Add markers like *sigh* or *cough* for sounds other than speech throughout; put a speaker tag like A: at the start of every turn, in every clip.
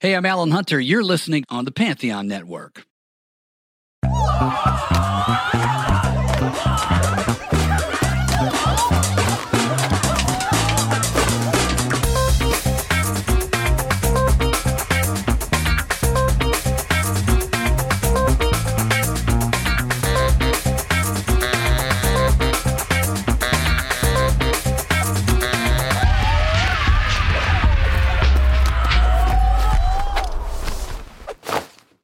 A: Hey, I'm Alan Hunter. You're listening on the Pantheon Network.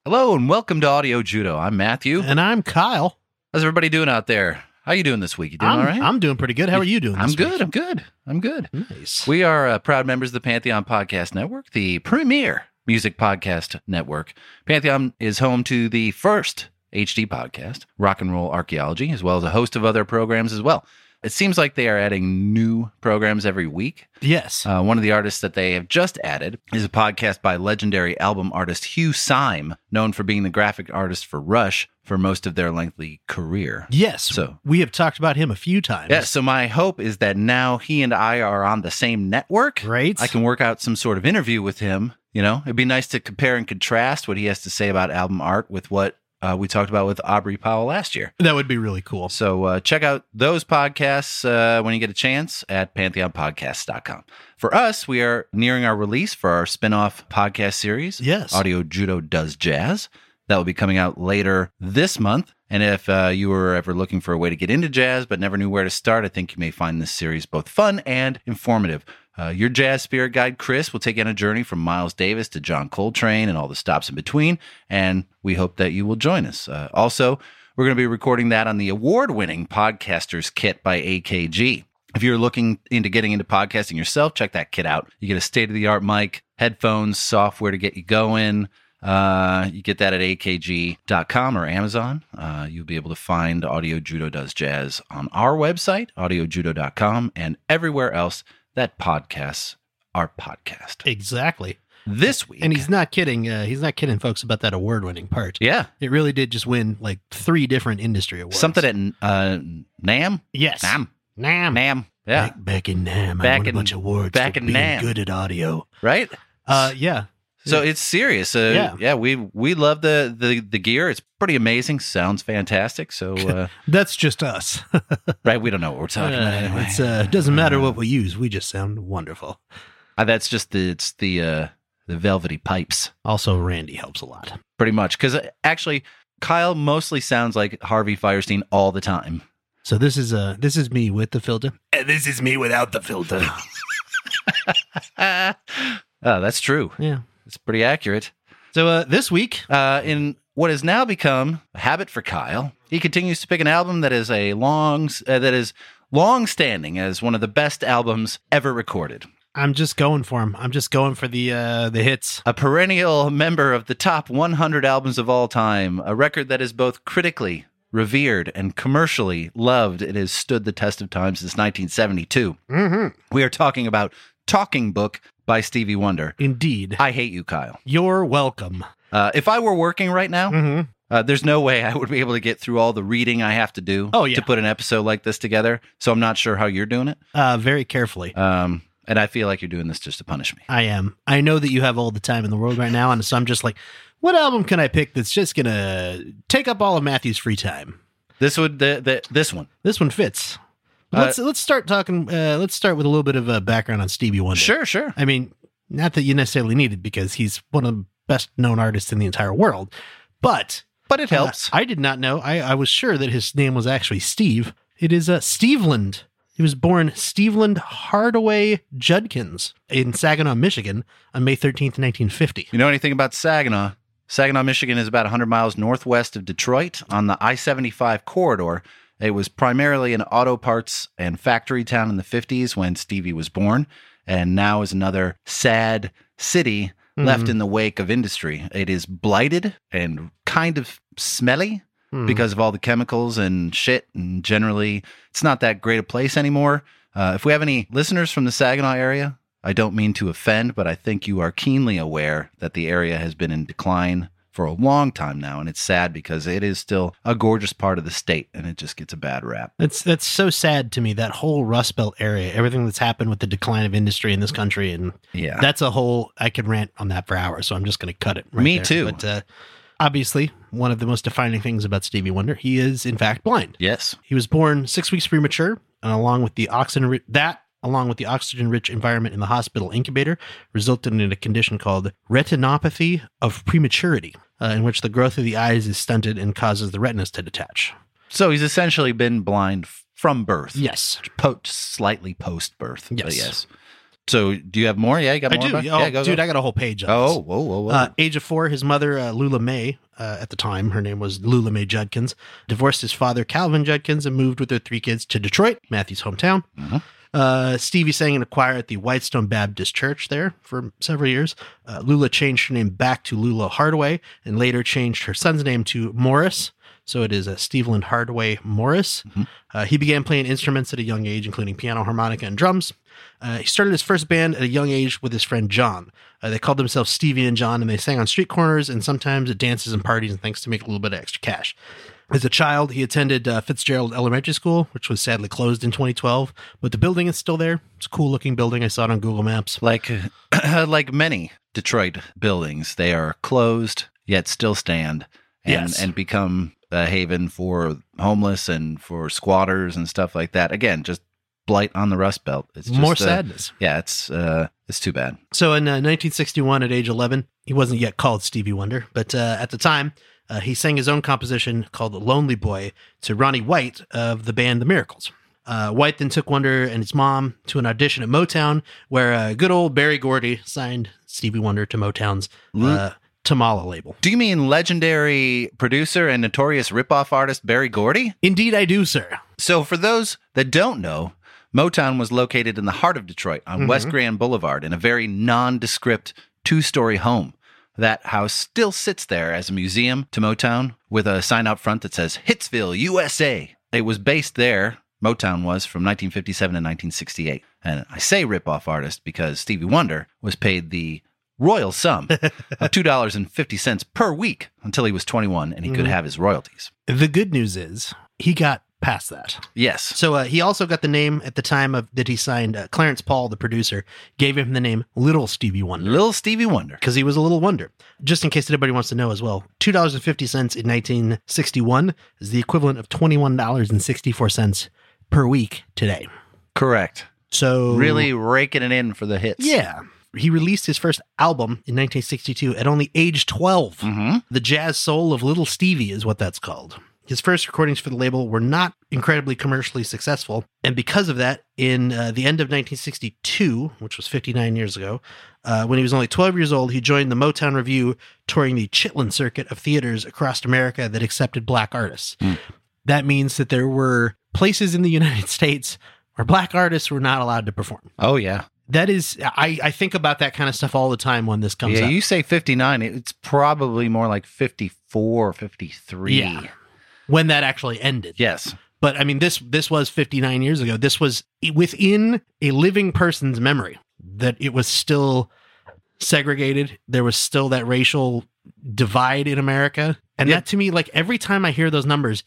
B: Hello and welcome to Audio Judo. I'm Matthew.
C: And I'm Kyle.
B: How's everybody doing out there? How you doing this week? You doing
C: I'm,
B: all right?
C: I'm doing pretty good. How are you doing?
B: I'm
C: this
B: good.
C: week?
B: I'm good. I'm good.
C: Nice.
B: We are uh, proud members of the Pantheon Podcast Network, the premier music podcast network. Pantheon is home to the first HD podcast, Rock and Roll Archaeology, as well as a host of other programs as well. It seems like they are adding new programs every week.
C: yes.
B: Uh, one of the artists that they have just added is a podcast by legendary album artist Hugh Syme, known for being the graphic artist for Rush for most of their lengthy career.
C: yes.
B: so-
C: we have talked about him a few times.
B: Yeah, so my hope is that now he and I are on the same network.
C: Great.
B: I can work out some sort of interview with him. You know, it'd be nice to compare and contrast what he has to say about album art with what uh, we talked about with Aubrey Powell last year.
C: that would be really cool.
B: So uh, check out those podcasts uh, when you get a chance at pantheonpodcasts.com. For us, we are nearing our release for our spin-off podcast series.
C: Yes.
B: Audio Judo Does Jazz. That will be coming out later this month. And if uh, you were ever looking for a way to get into jazz but never knew where to start, I think you may find this series both fun and informative. Uh, your jazz spirit guide, Chris, will take you on a journey from Miles Davis to John Coltrane and all the stops in between. And we hope that you will join us. Uh, also, we're going to be recording that on the award winning Podcasters Kit by AKG. If you're looking into getting into podcasting yourself, check that kit out. You get a state of the art mic, headphones, software to get you going. Uh, you get that at akg.com or Amazon. Uh, you'll be able to find Audio Judo Does Jazz on our website, audiojudo.com, and everywhere else that podcasts are podcast.
C: Exactly.
B: This week,
C: And he's not kidding. Uh, he's not kidding folks about that award winning part.
B: yeah,
C: It really did just win like three different industry awards.
B: something at uh, NAM,
C: Yes.
B: NAM,
C: Nam.
B: NAM, yeah,
C: Back, back in Nam. I
B: Back
C: won
B: in-
C: a bunch of awards.
B: back
C: for
B: in
C: being
B: Nam.
C: good at audio.
B: right.
C: Uh, yeah.
B: So it's serious. Uh, yeah,
C: Yeah.
B: we we love the, the the gear. It's pretty amazing. Sounds fantastic. So uh,
C: *laughs* That's just us.
B: right, we don't know what we're talking about
C: Uh,
B: anyway.
C: It's uh, doesn't matter what we use. We just sound wonderful.
B: Uh, that's just the it's the uh, the velvety pipes,
C: Also, Randy helps a lot.
B: pretty much. Because actually, Kyle mostly sounds like Harvey Firestein all the
C: *laughs*
B: time.
C: So this is uh this is me with the filter. And this is me without the filter.
B: Ah, oh, that's true.
C: *sighs* yeah.
B: It's pretty accurate.
C: So uh, this week,
B: Uh, in what has now become a habit for Kyle, he continues to pick an album that is a long uh, that is long standing as one of the best albums ever recorded.
C: I'm just going for him. I'm just going for the uh, the hits.
B: a perennial member of the top 100 albums of all time, a record that is both critically revered and commercially loved. It has stood the test of time since 1972.
C: Mm-hmm.
B: We are talking about Talking Book by Stevie Wonder.
C: Indeed.
B: I hate you, Kyle.
C: You're welcome.
B: Uh, if I were working right now,
C: Mm-hmm.
B: uh, there's no way I would be able to get through all the reading I have to do
C: Oh, yeah.
B: to put an episode like this together. So I'm not sure how you're doing it.
C: Uh, very carefully.
B: Um, and I feel like you're doing this just to punish me.
C: I am. I know that you have all the time in the world right now, and so I'm just like, what album can I pick that's just gonna take up all of Matthew's free time?
B: This would the, the this one.
C: This one fits. Let's let's start talking. Uh, let's start with a little bit of uh, background on Stevie Wonder.
B: Sure, sure.
C: I mean, not that you necessarily need it because he's one of the best known artists in the entire world, but
B: But it helps.
C: I did not know. I, I was sure that his name was actually Steve. It is uh, Steveland. He was born Steveland Hardaway Judkins in Saginaw, Michigan on May 13th, 1950.
B: You know anything about Saginaw? Saginaw, Michigan is about 100 miles northwest of Detroit on the I 75 corridor. It was primarily an auto parts and factory town in the 50s when Stevie was born, and now is another sad city left in the wake of industry. It is blighted and kind of smelly
C: Hmm.
B: because of all the chemicals and shit. And generally, it's not that great a place anymore. Uh, if we have any listeners from the Saginaw area, I don't mean to offend, but I think you are keenly aware that the area has been in decline for a long time now, and it's sad because it is still a gorgeous part of the state, and it just gets a bad rap.
C: That's that's so sad to me. That whole Rust Belt area, everything that's happened with the decline of industry in this country, and
B: Yeah,
C: that's a whole. I could rant on that for hours, so I'm just going to cut it. Right
B: Me
C: there.
B: too.
C: But uh, obviously, one of the most defining things about Stevie Wonder, he is in fact blind.
B: yes,
C: He was born six weeks premature, and along with the oxygen that along with the oxygen-rich environment in the hospital incubator, resulted in a condition called retinopathy of prematurity, uh, in which the growth of the eyes is stunted and causes the retinas to detach.
B: so he's essentially been blind f- from birth.
C: Yes,
B: po- slightly post birth.
C: Yes.
B: yes. So do you have more? Yeah, you got
C: I
B: more.
C: do. Oh,
B: Buck? yeah, go,
C: dude,
B: go.
C: I got a whole page. Of
B: oh,
C: this.
B: whoa, whoa, whoa.
C: Uh, age of four, his mother, uh, Lula May, uh, at the time, her name was Lula May Judkins, divorced his father, Calvin Judkins, and moved with their three kids to Detroit, Matthew's hometown.
B: Mhm.
C: Uh, Stevie sang in a choir at the Whitestone Baptist Church there for several years. Uh, Lula changed her name back to Lula Hardaway and later changed her son's name to Morris. So it is uh, Steveland Hardaway Morris. Uh, he began playing instruments at a young age, including piano, harmonica, and drums. Uh, he started his first band at a young age with his friend John. Uh, they called themselves Stevie and John, and they sang on street corners and sometimes at dances and parties and things to make a little bit of extra cash. As a child, he attended uh, Fitzgerald Elementary School, which was sadly closed in 2012, but the building is still there. It's a cool looking building. I saw it on Google Maps.
B: like, *clears throat* like many Detroit buildings, they are closed yet still stand, and
C: Yes.
B: and become a haven for homeless and for squatters and stuff like that. Again, just blight on the Rust Belt. It's just
C: More
B: uh,
C: sadness.
B: Yeah, it's uh, it's too bad.
C: So in uh, 1961, at age 11, he wasn't yet called Stevie Wonder, but uh, at the time, uh, he sang his own composition called Lonely Boy to Ronnie White of the band The Miracles. Uh, White then took Wonder and his mom to an audition at Motown, where uh, good old Barry Gordy signed Stevie Wonder to Motown's uh, Tamala label.
B: Do you mean legendary producer and notorious ripoff artist Barry Gordy?
C: Indeed, I do, sir.
B: So, for those that don't know, Motown was located in the heart of Detroit on West Grand Boulevard in a very nondescript two story home. That house still sits there as a museum to Motown with a sign out front that says Hitsville, USA. It was based there, Motown was, from 1957 to 1968. And I say ripoff artist because Stevie Wonder was paid the royal sum of $2.50 per week until he was 21 and he could
C: Mhm.
B: have his royalties.
C: The good news is he got past that.
B: Yes.
C: So uh, he also got the name at the time of that he signed. Uh, Clarence Paul, the producer, gave him the name Little Stevie Wonder.
B: Little Stevie Wonder.
C: because he was a little wonder. Just in case anybody wants to know as well, two dollars and fifty cents in nineteen sixty one is the equivalent of twenty one dollars and sixty four cents per week today.
B: Correct.
C: So
B: really raking it in for the hits.
C: yeah. He released his first album in 1962 at only age 12.
B: hmm
C: The Jazz Soul of Little Stevie is what that's called. His first recordings for the label were not incredibly commercially successful. And because of that, in uh, the end of 1962, which was 59 years ago, uh, when he was only 12 years old, he joined the Motown Review, touring the Chitlin circuit of theaters across America that accepted black artists.
B: Hmm.
C: That means that there were places in the United States where black artists were not allowed to perform.
B: Oh yeah.
C: That is, I, I think about that kind of stuff all the time when this comes
B: yeah.
C: up.
B: You say fifty nine. It's probably more like 54, 53.
C: Yeah. when that actually ended.
B: Yes.
C: but I mean this this was 59 years ago. This was within a living person's memory that it was still segregated. There was still that racial divide in America. And
B: Yeah.
C: that to me like every time I hear those numbers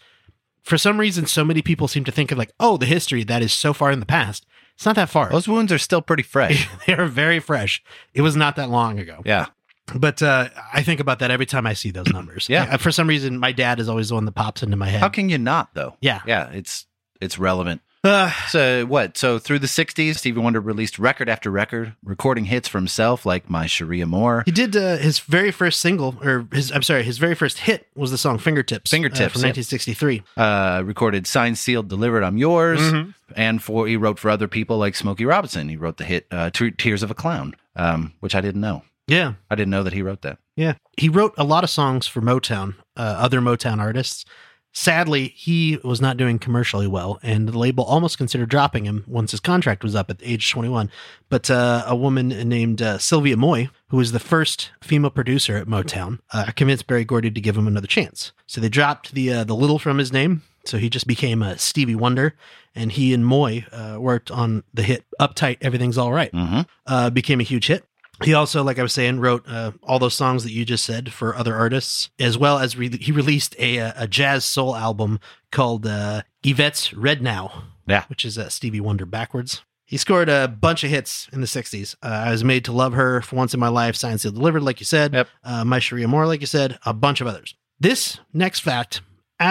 C: for some reason so many people seem to think of like oh the history that is so far in the past. It's not that far.
B: Those wounds are still pretty *laughs* fresh.
C: *laughs* they are very fresh. It was not that long ago.
B: yeah.
C: But uh, I think about that every time I see those numbers.
B: Yeah.
C: I- for some reason, my dad is always the one that pops into my head.
B: How can you not though?
C: Yeah.
B: Yeah. It's it's relevant.
C: Uh,
B: *sighs* So what? So through the '60s, Stevie Wonder released record after record, recording hits for himself like "My Sharia *laughs* Moore."
C: He did uh, his very first single, or his I'm sorry, his very first hit was the song "Fingertips." uh,
B: Fingertips,
C: from
B: yeah.
C: 1963.
B: Uh, recorded "Signed, Sealed, Delivered." I'm yours. and for he wrote for other people like Smokey Robinson. He wrote the hit uh, Te- "Tears of a Clown," um, which I didn't know.
C: Yeah,
B: I didn't know that he wrote that.
C: yeah. He wrote a lot of songs for Motown, uh, other Motown artists. Sadly, he was not doing commercially well, and the label almost considered dropping him once his contract was up at age 21. But uh, a woman named uh, Sylvia Moy, who was the first female producer at Motown, uh, convinced Barry Gordy to give him another chance. So they dropped the uh, the little from his name, so he just became uh, Stevie Wonder, and he and Moy uh, worked on the hit "Uptight, Everything's All Right."
B: hmm
C: uh, became a huge hit. He also, like I was saying, wrote uh, all those songs that you just said for other artists, as well as re- he released a, uh, a jazz soul album called uh, Yvette's Red Now,
B: Yeah.
C: which is uh, Stevie Wonder backwards. He scored a bunch of hits in the 60s. Uh, I was made to love her for once in my life, Science Seal Delivered, like you said,
B: Yep.
C: uh, My Sharia Moore, like you said, a bunch of others. This next fact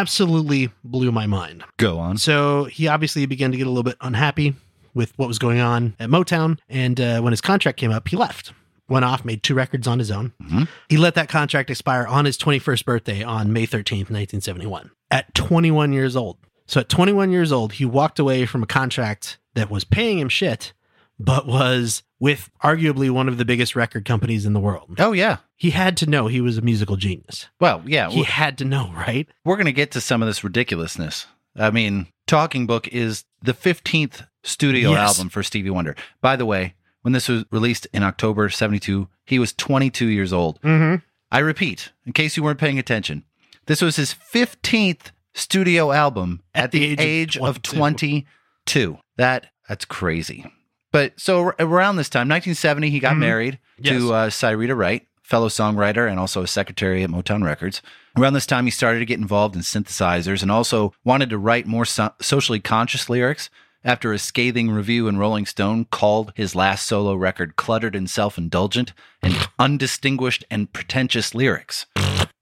C: absolutely blew my mind.
B: Go on.
C: So he obviously began to get a little bit unhappy with what was going on at Motown. And uh, when his contract came up, he left, went off, made two records on his own.
B: Mhm.
C: He let that contract expire on his 21st birthday on May 13th, 1971, at 21 years old. So at 21 years old, he walked away from a contract that was paying him shit, but was with arguably one of the biggest record companies in the world.
B: Oh, yeah.
C: He had to know he was a musical genius.
B: Well, yeah.
C: He had to know, right?
B: We're going to get to some of this ridiculousness. I mean, Talking Book is the 15th studio
C: Yes.
B: album for Stevie Wonder. By the way, when this was released in October 72, he was 22 years old.
C: Mm-hmm.
B: I repeat, in case you weren't paying attention, this was his 15th studio album at, the, age, of 22. That that's crazy. But so ar- around this time, 1970, he got
C: Mhm.
B: married
C: Yes.
B: to uh, Cyrita Wright, fellow songwriter and also a secretary at Motown Records. Around this time, he started to get involved in synthesizers and also wanted to write more so- socially conscious lyrics. After a scathing review in Rolling Stone called his last solo record cluttered and self indulgent and undistinguished and pretentious lyrics.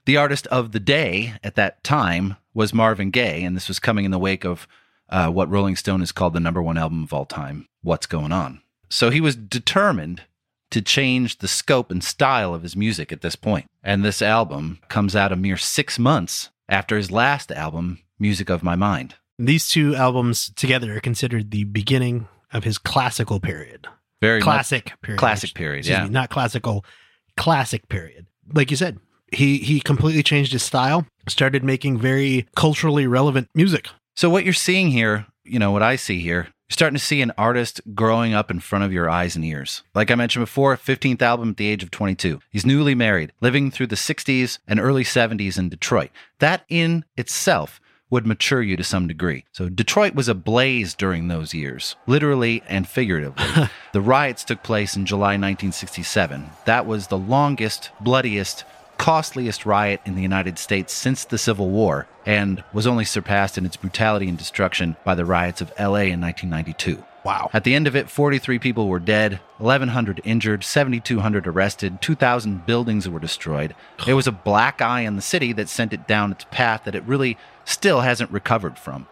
B: The artist of the day at that time was Marvin Gaye, and this was coming in the wake of uh, what Rolling Stone has called the number one album of all time, What's Going On. So he was determined to change the scope and style of his music at this point. And this album comes out a mere six months after his last album, Music of My Mind.
C: These two albums together are considered the beginning of his classical period.
B: Very much-
C: classic period.
B: classic period,
C: Excuse
B: yeah.
C: me, not classical, classic period. Like you said, he he completely changed his style, started making very culturally relevant music.
B: So what you're seeing here, you know, what I see here, you're starting to see an artist growing up in front of your eyes and ears. Like I mentioned before, 15th album at the age of 22. He's newly married, living through the 60s and early 70s in Detroit. That in itself would mature you to some degree. So Detroit was ablaze during those years, literally and figuratively. the riots took place in July 1967. That was the longest, bloodiest, costliest riot in the United States since the Civil War and was only surpassed in its brutality and destruction by the riots of LA in 1992.
C: Wow.
B: At the end of it, 43 people were dead, 1,100 injured, 7,200 arrested, 2,000 buildings were destroyed. It was a black eye on the city that sent it down its path that it really still hasn't recovered from.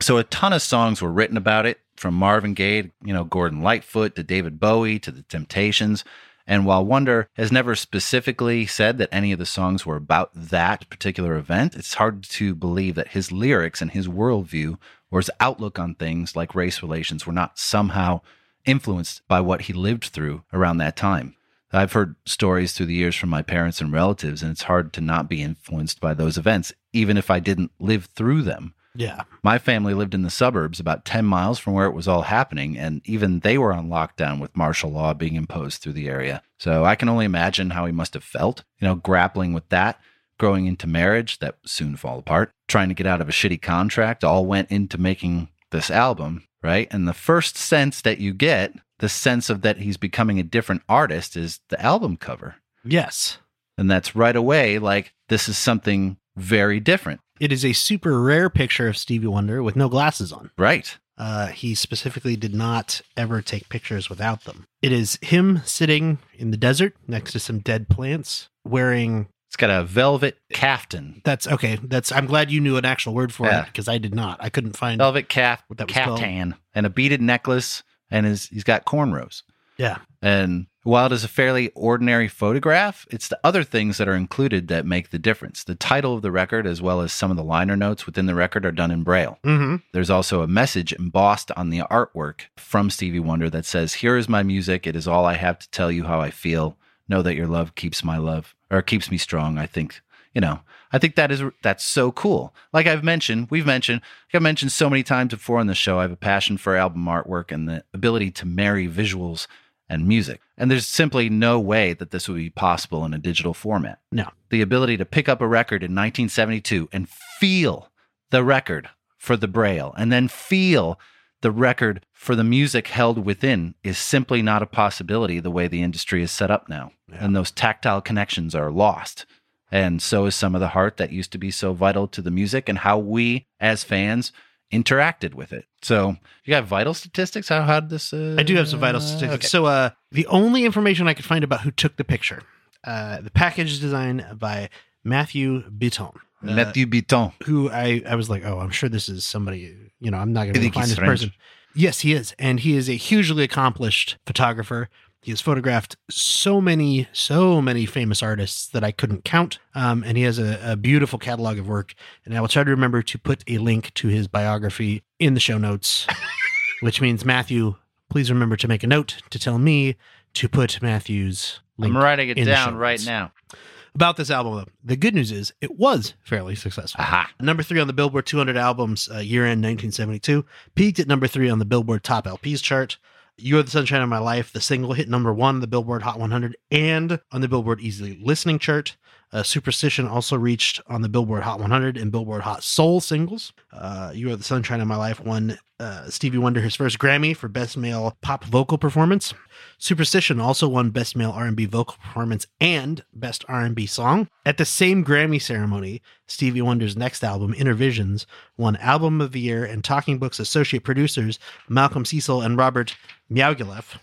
B: So a ton of songs were written about it, from Marvin Gaye, to, you know, Gordon Lightfoot to David Bowie to the Temptations. And while Wonder has never specifically said that any of the songs were about that particular event, it's hard to believe that his lyrics and his worldview or his outlook on things like race relations were not somehow influenced by what he lived through around that time. I've heard stories through the years from my parents and relatives, and it's hard to not be influenced by those events, even if I didn't live through them.
C: Yeah.
B: My family lived in the suburbs about 10 miles from where it was all happening, and even they were on lockdown with martial law being imposed through the area. So I can only imagine how he must have felt, you know, grappling with that, growing into marriage that soon fall apart, trying to get out of a shitty contract, all went into making this album, right? And the first sense that you get, the sense of that he's becoming a different artist, is the album cover.
C: Yes.
B: And that's right away like, this is something very different,
C: It is a super rare picture of Stevie Wonder with no glasses on.
B: right?
C: Uh, he specifically did not ever take pictures without them. It is him sitting in the desert next to some dead plants, wearing
B: It's got a velvet caftan.
C: that's okay. That's I'm glad you knew an actual word for
B: Yeah. Oh.
C: it because I did not. I couldn't find
B: velvet calf
C: What that was called.
B: caftan and a beaded necklace and his, he's got cornrows
C: Yeah.
B: and while it is a fairly ordinary photograph it's the other things that are included that make the difference the title of the record as well as some of the liner notes within the record are done in braille
C: Mm-hmm.
B: there's also a message embossed on the artwork from Stevie Wonder that says, Here is my music. It is all I have to tell you how I feel. Know that your love keeps my love or keeps me strong. I think, you know, I think that is, that's so cool. Like I've mentioned, we've mentioned, like I've mentioned so many times before on the show, I have a passion for album artwork and the ability to marry visuals and music. And there's simply no way that this would be possible in a digital format.
C: No.
B: The ability to pick up a record in 1972 and feel the record for the braille and then feel the record for the music held within is simply not a possibility the way the industry is set up now.
C: Yeah.
B: And those tactile connections are lost. And so is some of the heart that used to be so vital to the music and how we as fans interacted with it. So you got vital statistics? How how did this? Uh,
C: I do have some vital statistics.
B: okay.
C: So, uh, the only information I could find about who took the picture, uh, the package is designed by Matthew Bitton, uh,
B: Matthew Bitton.
C: who I, I was like, oh, I'm sure this is somebody, you know, I'm not going
B: You
C: to
B: think
C: find
B: he's
C: this
B: French?
C: person. Yes, he is. And he is a hugely accomplished photographer. He has photographed so many, so many famous artists that I couldn't count. Um, and he has a, a beautiful catalog of work. And I will try to remember to put a link to his biography in the
B: *laughs*
C: show notes, which means, Matthew, please remember to make a note to tell me to put Matthew's link
B: I'm writing it
C: in the
B: down
C: show
B: right
C: notes.
B: now.
C: about this album. Though. The good news is it was fairly successful.
B: Aha.
C: Number three on the Billboard 200 albums, uh, year end 1972, peaked at number three on the Billboard Top LPs chart. You're the Sunshine of My Life, the single hit number one on the Billboard Hot 100 and on the Billboard Easily Listening chart. Uh, Superstition also reached on the Billboard Hot 100 and Billboard Hot Soul singles. Uh, you Are the Sunshine of My Life won uh, Stevie Wonder his first Grammy for Best Male Pop Vocal Performance. Superstition also won Best Male R&B Vocal Performance and Best R&B Song. At the same Grammy ceremony, Stevie Wonder's next album, Inner Visions, won Album of the Year and Talking Book's associate producers, Malcolm Cecil and Robert Miaugilev,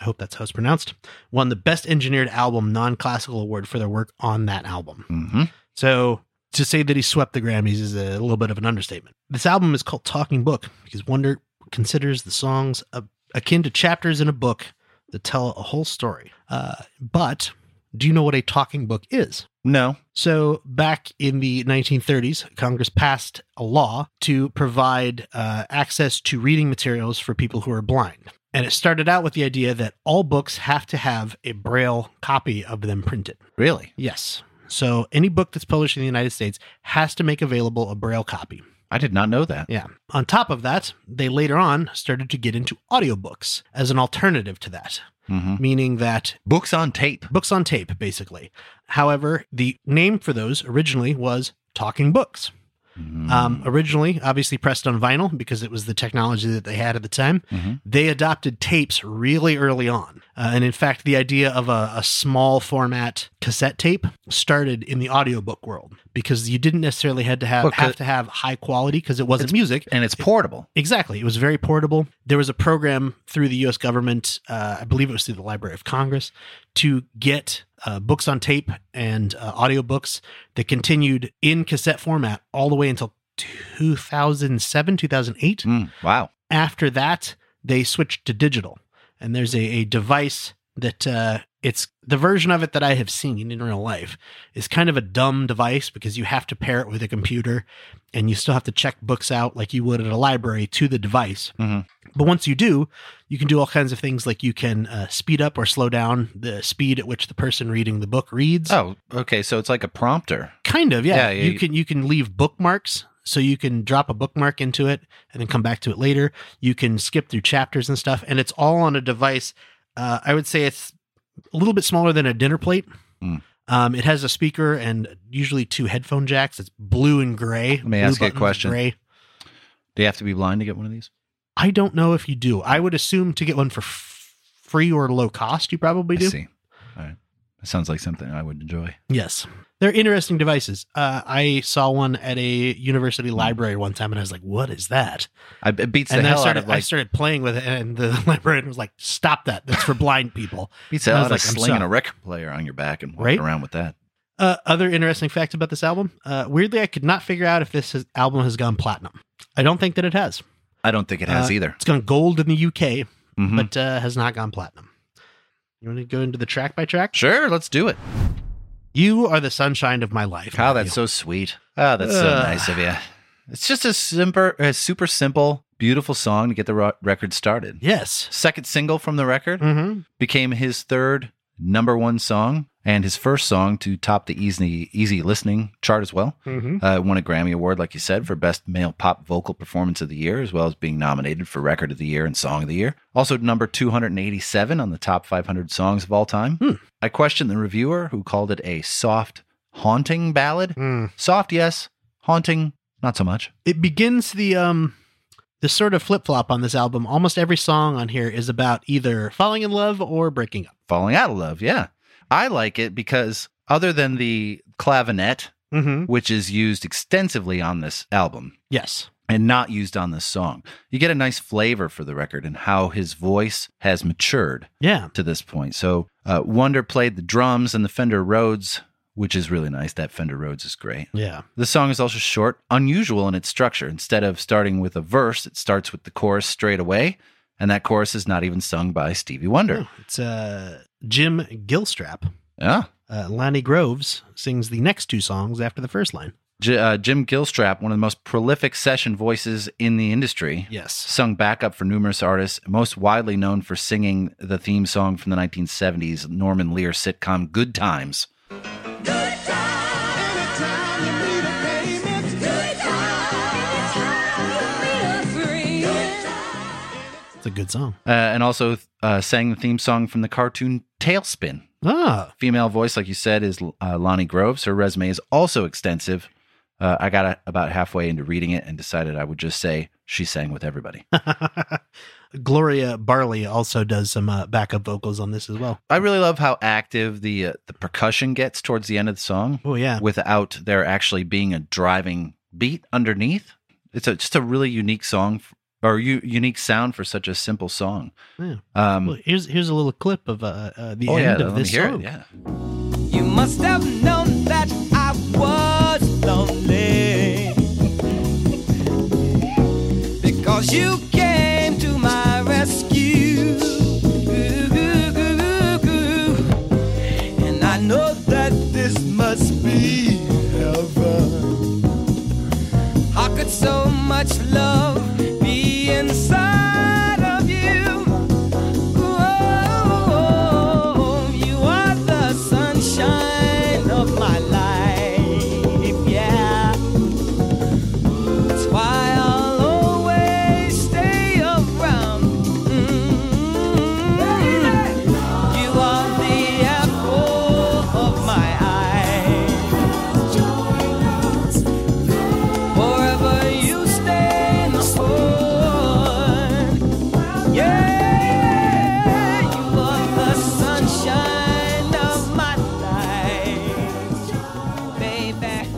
C: I hope that's how it's pronounced, won the Best Engineered Album Non-Classical Award for their work on that album.
B: Mm-hmm.
C: So to say that he swept the Grammys is a little bit of an understatement. This album is called Talking Book because Wonder considers the songs a, akin to chapters in a book that tell a whole story. Uh, but do you know what a talking book is?
B: No.
C: So, back in the 1930s, Congress passed a law to provide uh, access to reading materials for people who are blind. And it started out with the idea that all books have to have a braille copy of them printed.
B: Really?
C: Yes. So, any book that's published in the United States has to make available a braille copy.
B: I did not know that.
C: Yeah. On top of that, they later on started to get into audiobooks as an alternative to that,
B: Mm-hmm.
C: meaning that
B: Books on tape.
C: books on tape, basically. However, the name for those originally was Talking Books.
B: Mm-hmm.
C: Um, originally, obviously pressed on vinyl because it was the technology that they had at the time.
B: Mhm.
C: They adopted tapes really early on. Uh, and in fact, the idea of a, a small format cassette tape started in the audiobook world because you didn't necessarily had to have,
B: Well, 'cause-
C: have to have high quality because it wasn't music.
B: and it's portable.
C: Exactly. It was very portable. There was a program through the U.S. government, uh, I believe it was through the Library of Congress, to get uh, books on tape and uh, audiobooks that continued in cassette format all the way until 2007, 2008.
B: Mm, wow.
C: After that, they switched to digital. And there's a, a device that uh, it's the version of it that I have seen in real life is kind of a dumb device because you have to pair it with a computer and you still have to check books out like you would at a library to the device.
B: Mhm.
C: But once you do, you can do all kinds of things like you can uh, speed up or slow down the speed at which the person reading the book reads.
B: Oh, okay. So it's like a prompter.
C: Kind of, yeah.
B: Yeah, yeah,
C: you
B: you-
C: can you can leave bookmarks, so you can drop a bookmark into it and then come back to it later. You can skip through chapters and stuff, and it's all on a device. Uh, I would say it's a little bit smaller than a dinner plate.
B: Mm.
C: Um, it has a speaker and usually two headphone jacks. It's blue and gray.
B: Let me
C: Blue
B: ask you a
C: buttons,
B: question.
C: Gray.
B: Do you have to be blind to get one of these?
C: I don't know if you do. I would assume to get one for f- free or low cost, you probably
B: I
C: do.
B: see. All right. That sounds like something I would enjoy.
C: Yes. They're interesting devices. Uh, I saw one at a university library one time and I was like, what is that?
B: I, it beats the
C: and then I
B: hell out
C: started,
B: of
C: I
B: like
C: started playing with it, and the *laughs* librarian was like, "Stop that! That's for blind people."
B: beats the
C: I
B: hell
C: was
B: out of
C: like, I'm
B: slinging
C: sorry.
B: a record player on your back and walking
C: Right?
B: around with that.
C: Uh, other interesting fact about this album: uh, weirdly, I could not figure out if this has, album has gone platinum. I don't think that it has.
B: I don't think it has
C: Uh,
B: either.
C: It's gone gold in the UK,
B: Mhm.
C: but uh, has not gone platinum. You want to go into the track by track?
B: sure, let's do it.
C: You are the sunshine of my life.
B: Kyle,
C: Matthew.
B: that's so sweet. Oh, that's so
C: Ugh.
B: nice of you. It's just a simple, a super simple, beautiful song to get the ro- record started.
C: yes.
B: Second single from the record
C: Mm-hmm.
B: became his third number one song and his first song to top the easy easy listening chart as well.
C: Mm-hmm.
B: Uh, won a Grammy Award, like you said, for Best Male Pop Vocal Performance of the Year, as well as being nominated for Record of the Year and Song of the Year. Also, number 287 on the top 500 songs of all time.
C: Hmm.
B: I questioned the reviewer who called it a soft, haunting ballad.
C: Mm-hmm.
B: Soft, yes. Haunting, not so much.
C: It begins the um the sort of flip flop on this album. Almost every song on here is about either falling in love or breaking up.
B: Falling out of love, yeah. I like it because other than the clavinet,
C: Mm-hmm.
B: which is used extensively on this album,
C: Yes.
B: and not used on this song. You get a nice flavor for the record and how his voice has matured
C: Yeah.
B: to this point. So, uh, Wonder played the drums and the Fender Rhodes, which is really nice. That Fender Rhodes is great.
C: Yeah.
B: The song is also short, unusual in its structure. Instead of starting with a verse, it starts with the chorus straight away, and that chorus is not even sung by Stevie Wonder.
C: Oh, It's uh Jim Gilstrap.
B: Yeah.
C: Uh, Lanny Groves sings the next two songs after the first line.
B: J- uh, Jim Gilstrap, one of the most prolific session voices in the industry,
C: Yes.
B: sung backup for numerous artists, most widely known for singing the theme song from the 1970s Norman Lear sitcom Good Times.
D: Good time. Anytime you need a payment. Good time. Anytime you need a friend. Good time.
C: It's a good song.
B: Uh, and also uh, sang the theme song from the cartoon Tailspin.
C: Ah. *laughs*
B: Female voice, like you said, is uh, Lonnie Groves. Her resume is also extensive. Uh, I got a, about halfway into reading it and decided I would just say she sang with everybody.
C: Gloria Barley also does some uh, backup vocals on this as well.
B: *laughs* I really love how active the uh, the percussion gets towards the end of the song.
C: Oh yeah.
B: without there actually being a driving beat underneath. It's a, just a really unique song f- or u- unique sound for such a simple song.
C: Yeah.
B: Um,
C: Well, here's here's a little clip of uh, uh the
B: oh, yeah,
C: end
B: let
C: of
B: me
C: this
B: hear it,
C: song.
B: yeah.
D: You must have known that I was lonely because you came to my rescue. And I know that this must be heaven. How could so much love be inside of you? Oh, you are the sunshine of my life, yeah. That's why I'll always stay around. Mm-hmm. You are the apple of my eye. Forever you stay in the sun. Yeah, you are the sunshine of my life, baby.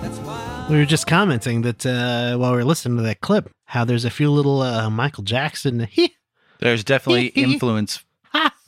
D: That's why.
C: We were just commenting that uh, while we were listening to that clip, how there's a few little uh, Michael Jackson. *laughs* heh.
B: There's *laughs* definitely influence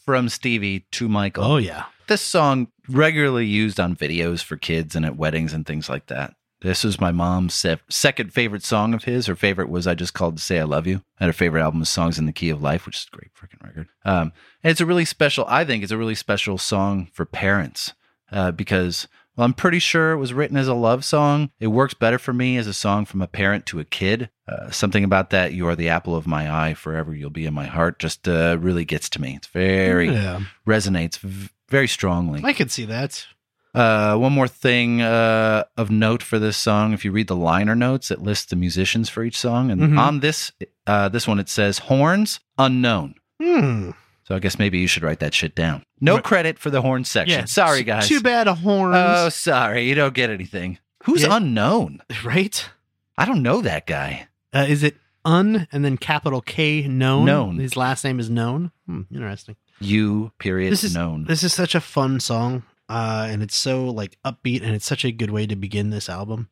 B: from Stevie to Michael.
C: oh yeah,
B: This song regularly used on videos for kids and at weddings and things like that. This was my mom's se- second favorite song of his. Her favorite was "I Just Called to Say I Love You," and her favorite album was "Songs in the Key of Life," which is a great freaking record. Um, and it's a really special. I think it's a really special song for parents uh, because, well, I'm pretty sure it was written as a love song. It works better for me as a song from a parent to a kid. Uh, something about that "You are the apple of my eye, forever you'll be in my heart" just uh, really gets to me. It's very
C: yeah.
B: resonates v- very strongly.
C: I could see that.
B: Uh, one more thing uh, of note for this song: if you read the liner notes, it lists the musicians for each song, and
C: Mhm.
B: on this uh, this one it says horns unknown.
C: Hmm.
B: So I guess maybe you should write that shit down. No
C: Right.
B: credit for the horn section. Sorry,
C: t-
B: guys.
C: Too bad a horn.
B: Oh, sorry, you don't get anything. Who's
C: Yeah.
B: unknown?
C: *laughs* right?
B: I don't know that guy.
C: Uh, is it un and then capital K known?
B: Known.
C: His last name is known. Hmm, interesting.
B: You period
C: This is-
B: known.
C: This is such a fun song, uh, and it's so like upbeat, and it's such a good way to begin this album.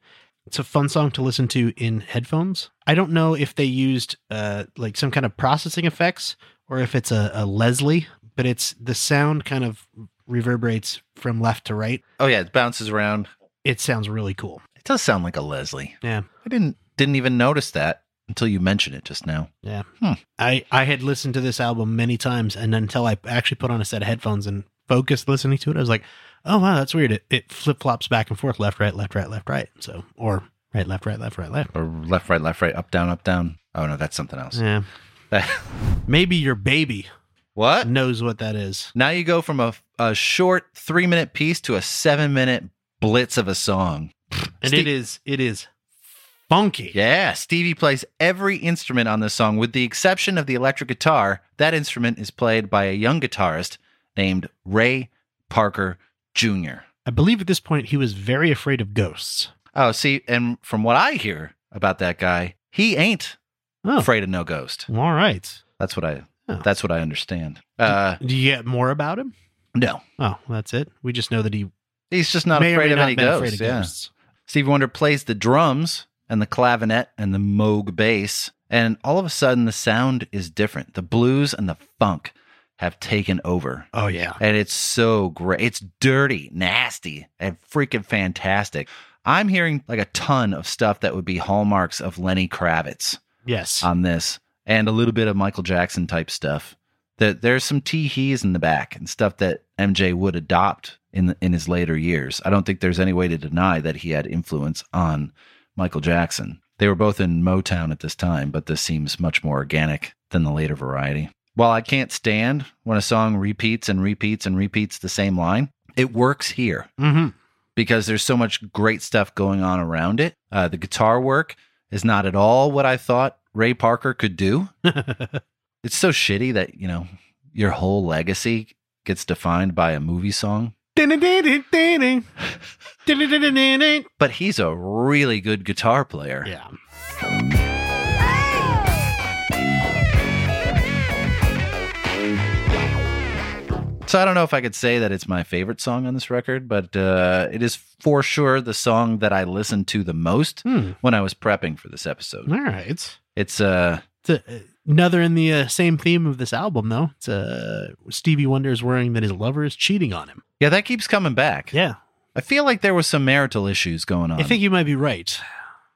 C: It's a fun song to listen to in headphones. I don't know if they used uh, like some kind of processing effects or if it's a, a Leslie, but it's the sound kind of reverberates from left to right.
B: oh yeah, it bounces around.
C: It sounds really cool.
B: It does sound like a Leslie.
C: Yeah.
B: I didn't didn't even notice that until you mentioned it just now.
C: I I had listened to this album many times, and until I actually put on a set of headphones and focused listening to it, I was like, "Oh wow, that's weird." It, it flip flops back and forth, left, right, left, right, left, right. So or right, left, right, left, right, left.
B: or left, right, left, right, up, down, up, down. Oh no, that's something else.
C: Yeah, maybe your baby
B: *laughs* What?
C: knows what that is.
B: Now you go from a, a short three minute piece to a seven minute blitz of a song.
C: And
B: Steve-
C: it is it is funky.
B: Yeah, Stevie plays every instrument on this song with the exception of the electric guitar. That instrument is played by a young guitarist named Ray Parker Jr.
C: I believe at this point he was very afraid of ghosts.
B: Oh, see, and from what I hear about that guy, he ain't
C: Oh,
B: afraid of no ghost.
C: all right.
B: That's what I
C: Oh. Mm.
B: that's what I understand. Uh
C: Do you get more about him?
B: no.
C: Oh, that's it. We just know that he
B: He's just not
C: may or
B: afraid
C: may
B: of
C: not
B: any
C: been
B: ghosts.
C: afraid of
B: yeah.
C: ghosts.
B: Stevie Wonder plays the drums and the clavinet and the Moog bass, and all of a sudden the sound is different. The blues and the funk have taken over.
C: Oh yeah.
B: And it's so great. It's dirty, nasty, and freaking fantastic. I'm hearing like a ton of stuff that would be hallmarks of Lenny Kravitz
C: Yes.
B: on this, and a little bit of Michael Jackson type stuff. That there's some tee hees in the back and stuff that MJ would adopt in the, in his later years. I don't think there's any way to deny that he had influence on Michael Jackson. They were both in Motown at this time, but this seems much more organic than the later variety. While I can't stand when a song repeats and repeats and repeats the same line, it works here
C: mm-hmm.
B: because there's so much great stuff going on around it. Uh, the guitar work is not at all what I thought Ray Parker could do.
C: Mm-hmm. *laughs*
B: It's so shitty that, you know, your whole legacy gets defined by a movie song.
C: yeah.
B: But he's a really good guitar player. So I don't know if I could say that it's my favorite song on this record, but uh, it is for sure the song that I listened to the most
C: Hmm.
B: when I was prepping for this episode.
C: All right.
B: It's uh
C: It's a, another in the uh, same theme of this album, though. It's uh, Stevie Wonder is worrying that his lover is cheating on him.
B: yeah, that keeps coming back.
C: Yeah,
B: I feel like there was some marital issues going on.
C: I think you might be right.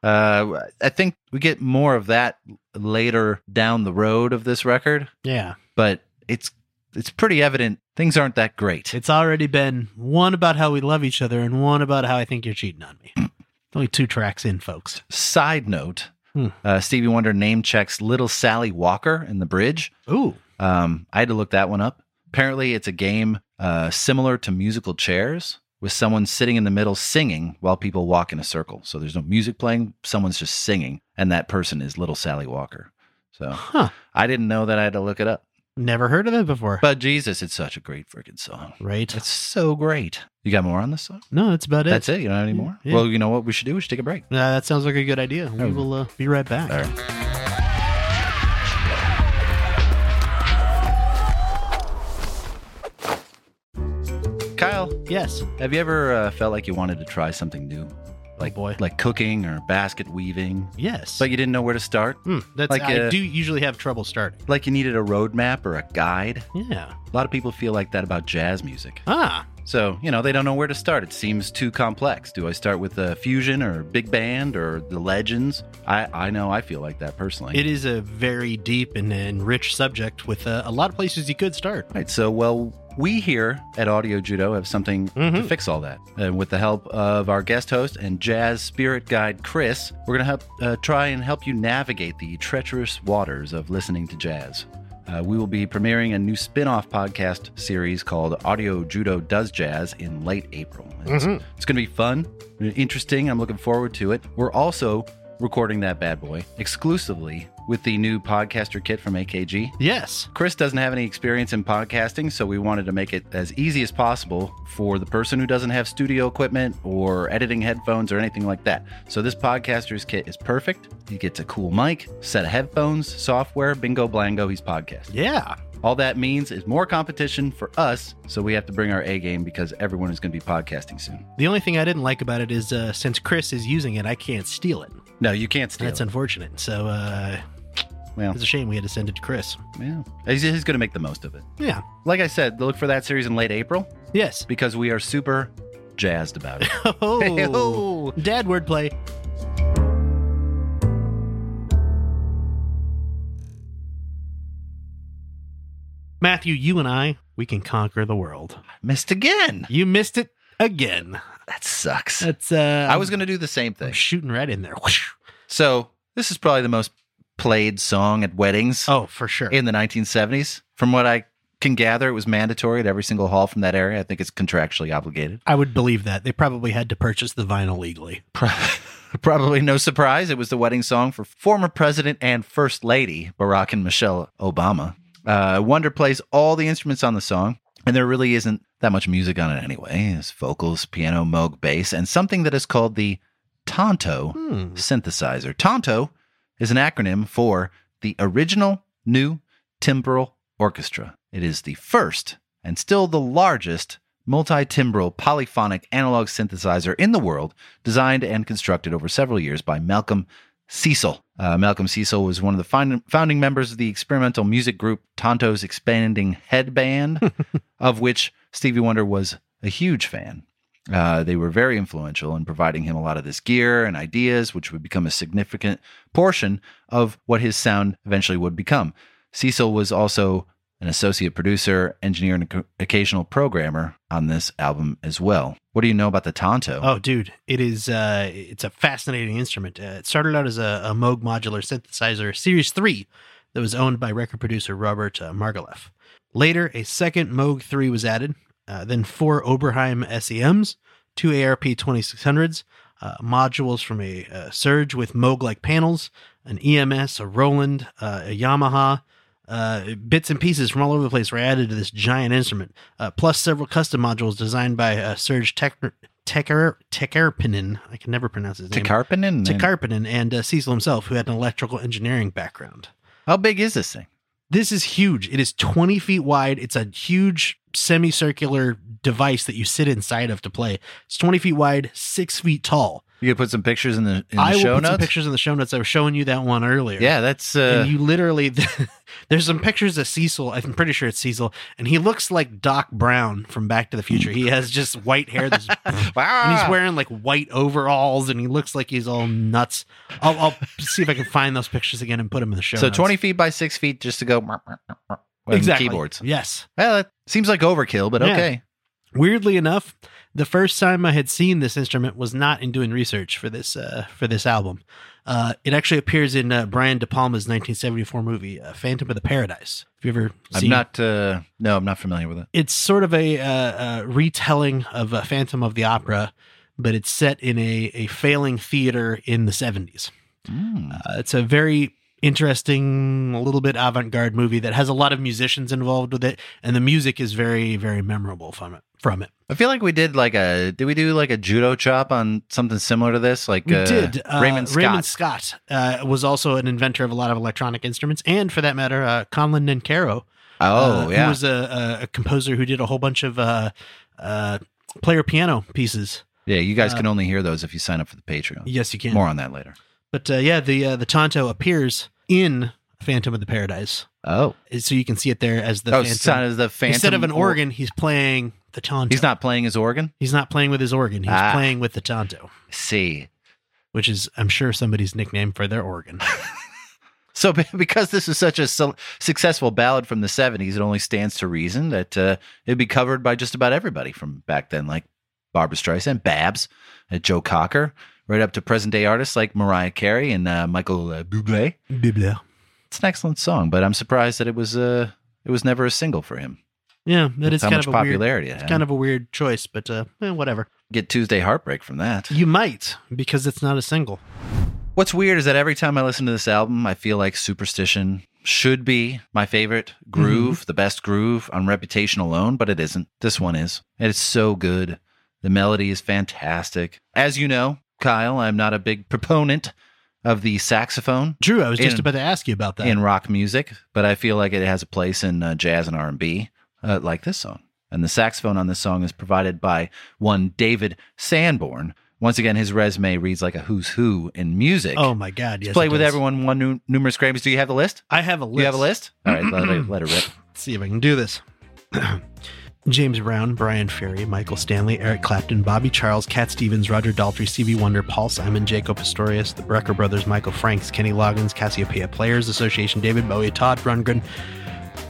B: Uh, I think we get more of that later down the road of this record,
C: Yeah,
B: but it's it's pretty evident things aren't that great.
C: it's already been one about how we love each other and one about how I think you're cheating on me. Only two tracks in, folks.
B: Side note:
C: Hmm.
B: uh, Stevie Wonder name checks little Sally Walker in the bridge.
C: Ooh,
B: Um, I had to look that one up. Apparently, it's a game uh, similar to musical chairs with someone sitting in the middle singing while people walk in a circle. So there's no music playing, someone's just singing, and that person is little Sally Walker. So
C: huh?
B: I didn't know that I had to look it up.
C: Never heard of that before.
B: But Jesus, it's such a great freaking song.
C: right?
B: It's so great. You got more on this song?
C: no, that's about it.
B: That's it. You don't have any more?
C: Yeah.
B: Well, you know what we should do? We should take a break.
C: Uh, that sounds like a good idea. We
B: Oh.
C: will uh, be right back.
B: All right. Kyle,
C: Yes.
B: have you ever uh, felt like you wanted to try something new? Like
C: boy.
B: like cooking or basket weaving,
C: Yes.
B: but you didn't know where to start?
C: Hmm, that's
B: like,
C: I
B: uh,
C: do usually have trouble starting.
B: Like you needed a roadmap or a guide?
C: Yeah.
B: A lot of people feel like that about jazz music.
C: Ah.
B: So, you know, they don't know where to start. It seems too complex. Do I start with the fusion or big band or the legends? I, I know I feel like that personally.
C: It is a very deep and, and rich subject with uh, a lot of places you could start.
B: All right, so, well, we here at Audio Judo have something to
C: Mhm.
B: fix all that. And with the help of our guest host and jazz spirit guide, Chris, we're going to help uh, try and help you navigate the treacherous waters of listening to jazz. Uh, we will be premiering a new spin off podcast series called Audio Judo Does Jazz in late April. It's, it's going to be fun, interesting. I'm looking forward to it. We're also recording that bad boy exclusively with the new podcaster kit from AKG.
C: Yes.
B: Chris doesn't have any experience in podcasting, so we wanted to make it as easy as possible for the person who doesn't have studio equipment or editing headphones or anything like that. So this podcaster's kit is perfect. He gets a cool mic, set of headphones, software, bingo blango, he's podcasting.
C: Yeah.
B: All that means is more competition for us, so we have to bring our A game because everyone is going to be podcasting soon.
C: The only thing I didn't like about it is uh, since Chris is using it, I can't steal it.
B: No, you can't steal.
C: That's
B: it.
C: unfortunate. So uh,
B: well,
C: it's a shame we had to send it to Chris.
B: yeah. He's, he's going to make the most of it.
C: Yeah.
B: Like I said, look for that series in late April
C: Yes.
B: because we are super jazzed about it.
C: Oh. *laughs* Dad wordplay. Matthew, you and I, we can conquer the world.
B: Missed again.
C: You missed it again.
B: That sucks.
C: That's uh
B: I was going to do the same
C: I'm
B: thing.
C: shooting right
B: *laughs*
C: in there.
B: So, this is probably the most played song at weddings
C: Oh, for sure.
B: in the 1970s. From what I can gather. It was mandatory at every single hall from that area. I think it's contractually obligated.
C: I would believe that. They probably had to purchase the vinyl legally.
B: Pro- *laughs* Probably no surprise, it was the wedding song for former president and first lady Barack and Michelle Obama. Uh, Wonder plays all the instruments on the song, and there really isn't that much music on it anyway. It's vocals, piano, moog, bass, and something that is called the Tonto
C: Hmm.
B: Mm-hmm. synthesizer. Tonto is an acronym for the Original New Timbral Orchestra. It is the first and still the largest multi-timbral polyphonic analog synthesizer in the world, designed and constructed over several years by Malcolm Cecil. Uh, Malcolm Cecil was one of the fin- founding members of the experimental music group Tonto's Expanding Headband, of which Stevie Wonder was a huge fan. Uh, they were very influential in providing him a lot of this gear and ideas, which would become a significant portion of what his sound eventually would become. Cecil was also an associate producer, engineer, and occ- occasional programmer on this album as well. What do you know about the Tonto?
C: Oh, dude, it is. Uh, it's a fascinating instrument. Uh, it started out as a, a Moog modular synthesizer Series Three that was owned by record producer Robert uh, Margalef. Later, a second Moog Three was added. Uh, then four Oberheim SEMs, two ARP 2600s, uh, modules from a uh, Surge with Moog-like panels, an EMS, a Roland, uh, a Yamaha. Uh, bits and pieces from all over the place were added to this giant instrument, uh, plus several custom modules designed by uh, Serge Tekner- Teker Tekerpinen. I can never pronounce his name.
B: Tekarpinen?
C: Tekarpinen and uh, Cecil himself, who had an electrical engineering background.
B: How big is this thing?
C: This is huge. It is 20 feet wide. It's a huge semicircular device that you sit inside of to play. It's 20 feet wide, six feet tall.
B: You could put some pictures in the, in the
C: I will
B: show
C: put
B: notes.
C: some pictures in the show notes. I was showing you that one earlier.
B: Yeah, that's uh,
C: and you literally, *laughs* there's some pictures of Cecil. I'm pretty sure it's Cecil, and he looks like Doc Brown from Back to the Future. He has just white
B: *laughs*
C: hair, this, and
B: Ah!
C: he's wearing like white overalls, and he looks like he's all nuts. I'll, I'll see if I can find those pictures again and put them in the show.
B: so
C: notes.
B: twenty feet by six feet just to go with
C: exactly
B: keyboards.
C: Yes,
B: Well, that seems like overkill, but
C: Yeah.
B: okay.
C: weirdly enough the first time i had seen this instrument was not in doing research for this uh, for this album uh, it actually appears in uh, brian de palma's 1974 movie uh, phantom of the paradise have you ever
B: I'm
C: seen
B: not. Uh, no, I'm not familiar with it.
C: it's sort of a uh, uh, retelling of uh, phantom of the opera but it's set in a, a failing theater in the 70s
B: Mm.
C: uh, it's a very interesting a little bit avant-garde movie that has a lot of musicians involved with it and the music is very very memorable from it from it
B: I feel like we did like a. Did we do like a judo chop on something similar to this? Like
C: We
B: uh,
C: did. Uh,
B: Raymond Scott.
C: Raymond Scott uh, was also an inventor of a lot of electronic instruments, and for that matter, uh, Conlon Nancaro.
B: oh
C: uh,
B: yeah.
C: who was a, a- a composer who did a whole bunch of uh, uh, player piano pieces.
B: yeah. You guys
C: uh,
B: can only hear those if you sign up for the Patreon.
C: Yes, you can.
B: More on that later.
C: But uh, yeah, the uh, the Tonto appears in Phantom of the Paradise, Uh,
B: Oh,
C: so you can see it there as the
B: oh,
C: Phantom.
B: son is the phantom.
C: Instead of an
B: or-
C: organ, he's playing the Tonto.
B: he's not playing his organ.
C: He's not playing with his organ. He's
B: Ah.
C: playing with the Tonto,
B: See,
C: which is, I'm sure, somebody's nickname for their organ.
B: So, *laughs* be- because this is such a su- successful ballad from the 70s, it only stands to reason that uh, it'd be covered by just about everybody from back then, like Barbara Streisand, Babs, uh, Joe Cocker, right up to present day artists like Mariah Carey and uh, Michael uh, Bublé.
C: Biblia.
B: It's an excellent song, but I'm surprised that it was uh, it was never a single for him.
C: Yeah, that
B: That's
C: is
B: how
C: kind
B: much
C: of a weird
B: popularity it
C: It's
B: had.
C: kind of a weird choice, but uh, eh, whatever.
B: Get Tuesday heartbreak from that.
C: You might because it's not a single.
B: What's weird is that every time I listen to this album, I feel like Superstition should be my favorite groove, the best groove on reputation alone, but it isn't. This one is. And it's so good. The melody is fantastic. As you know, Kyle, I'm not a big proponent of the saxophone
C: Drew, I was just
B: In-
C: about to ask you about that.
B: in rock music, but I feel like it has a place in uh, jazz and R&B, uh, like this song. And the saxophone on this song is provided by one David Sanborn. Once again, his resume reads like a who's who in music.
C: oh my God! Yes,
B: Play
C: it
B: with
C: does.
B: everyone, won nu- numerous Grammys. Do you have the list?
C: I have a list.
B: Do you have a list? All right, let her, let her rip.
C: Let's see if I can do this. *clears throat* James Brown, Brian Ferry, Michael Stanley, Eric Clapton, Bobby Charles, Cat Stevens, Roger Daltrey, Stevie Wonder, Paul Simon, Jacob Pastorius, the Brecker Brothers, Michael Franks, Kenny Loggins, Cassiopeia Players Association, David Bowie, Todd Rundgren,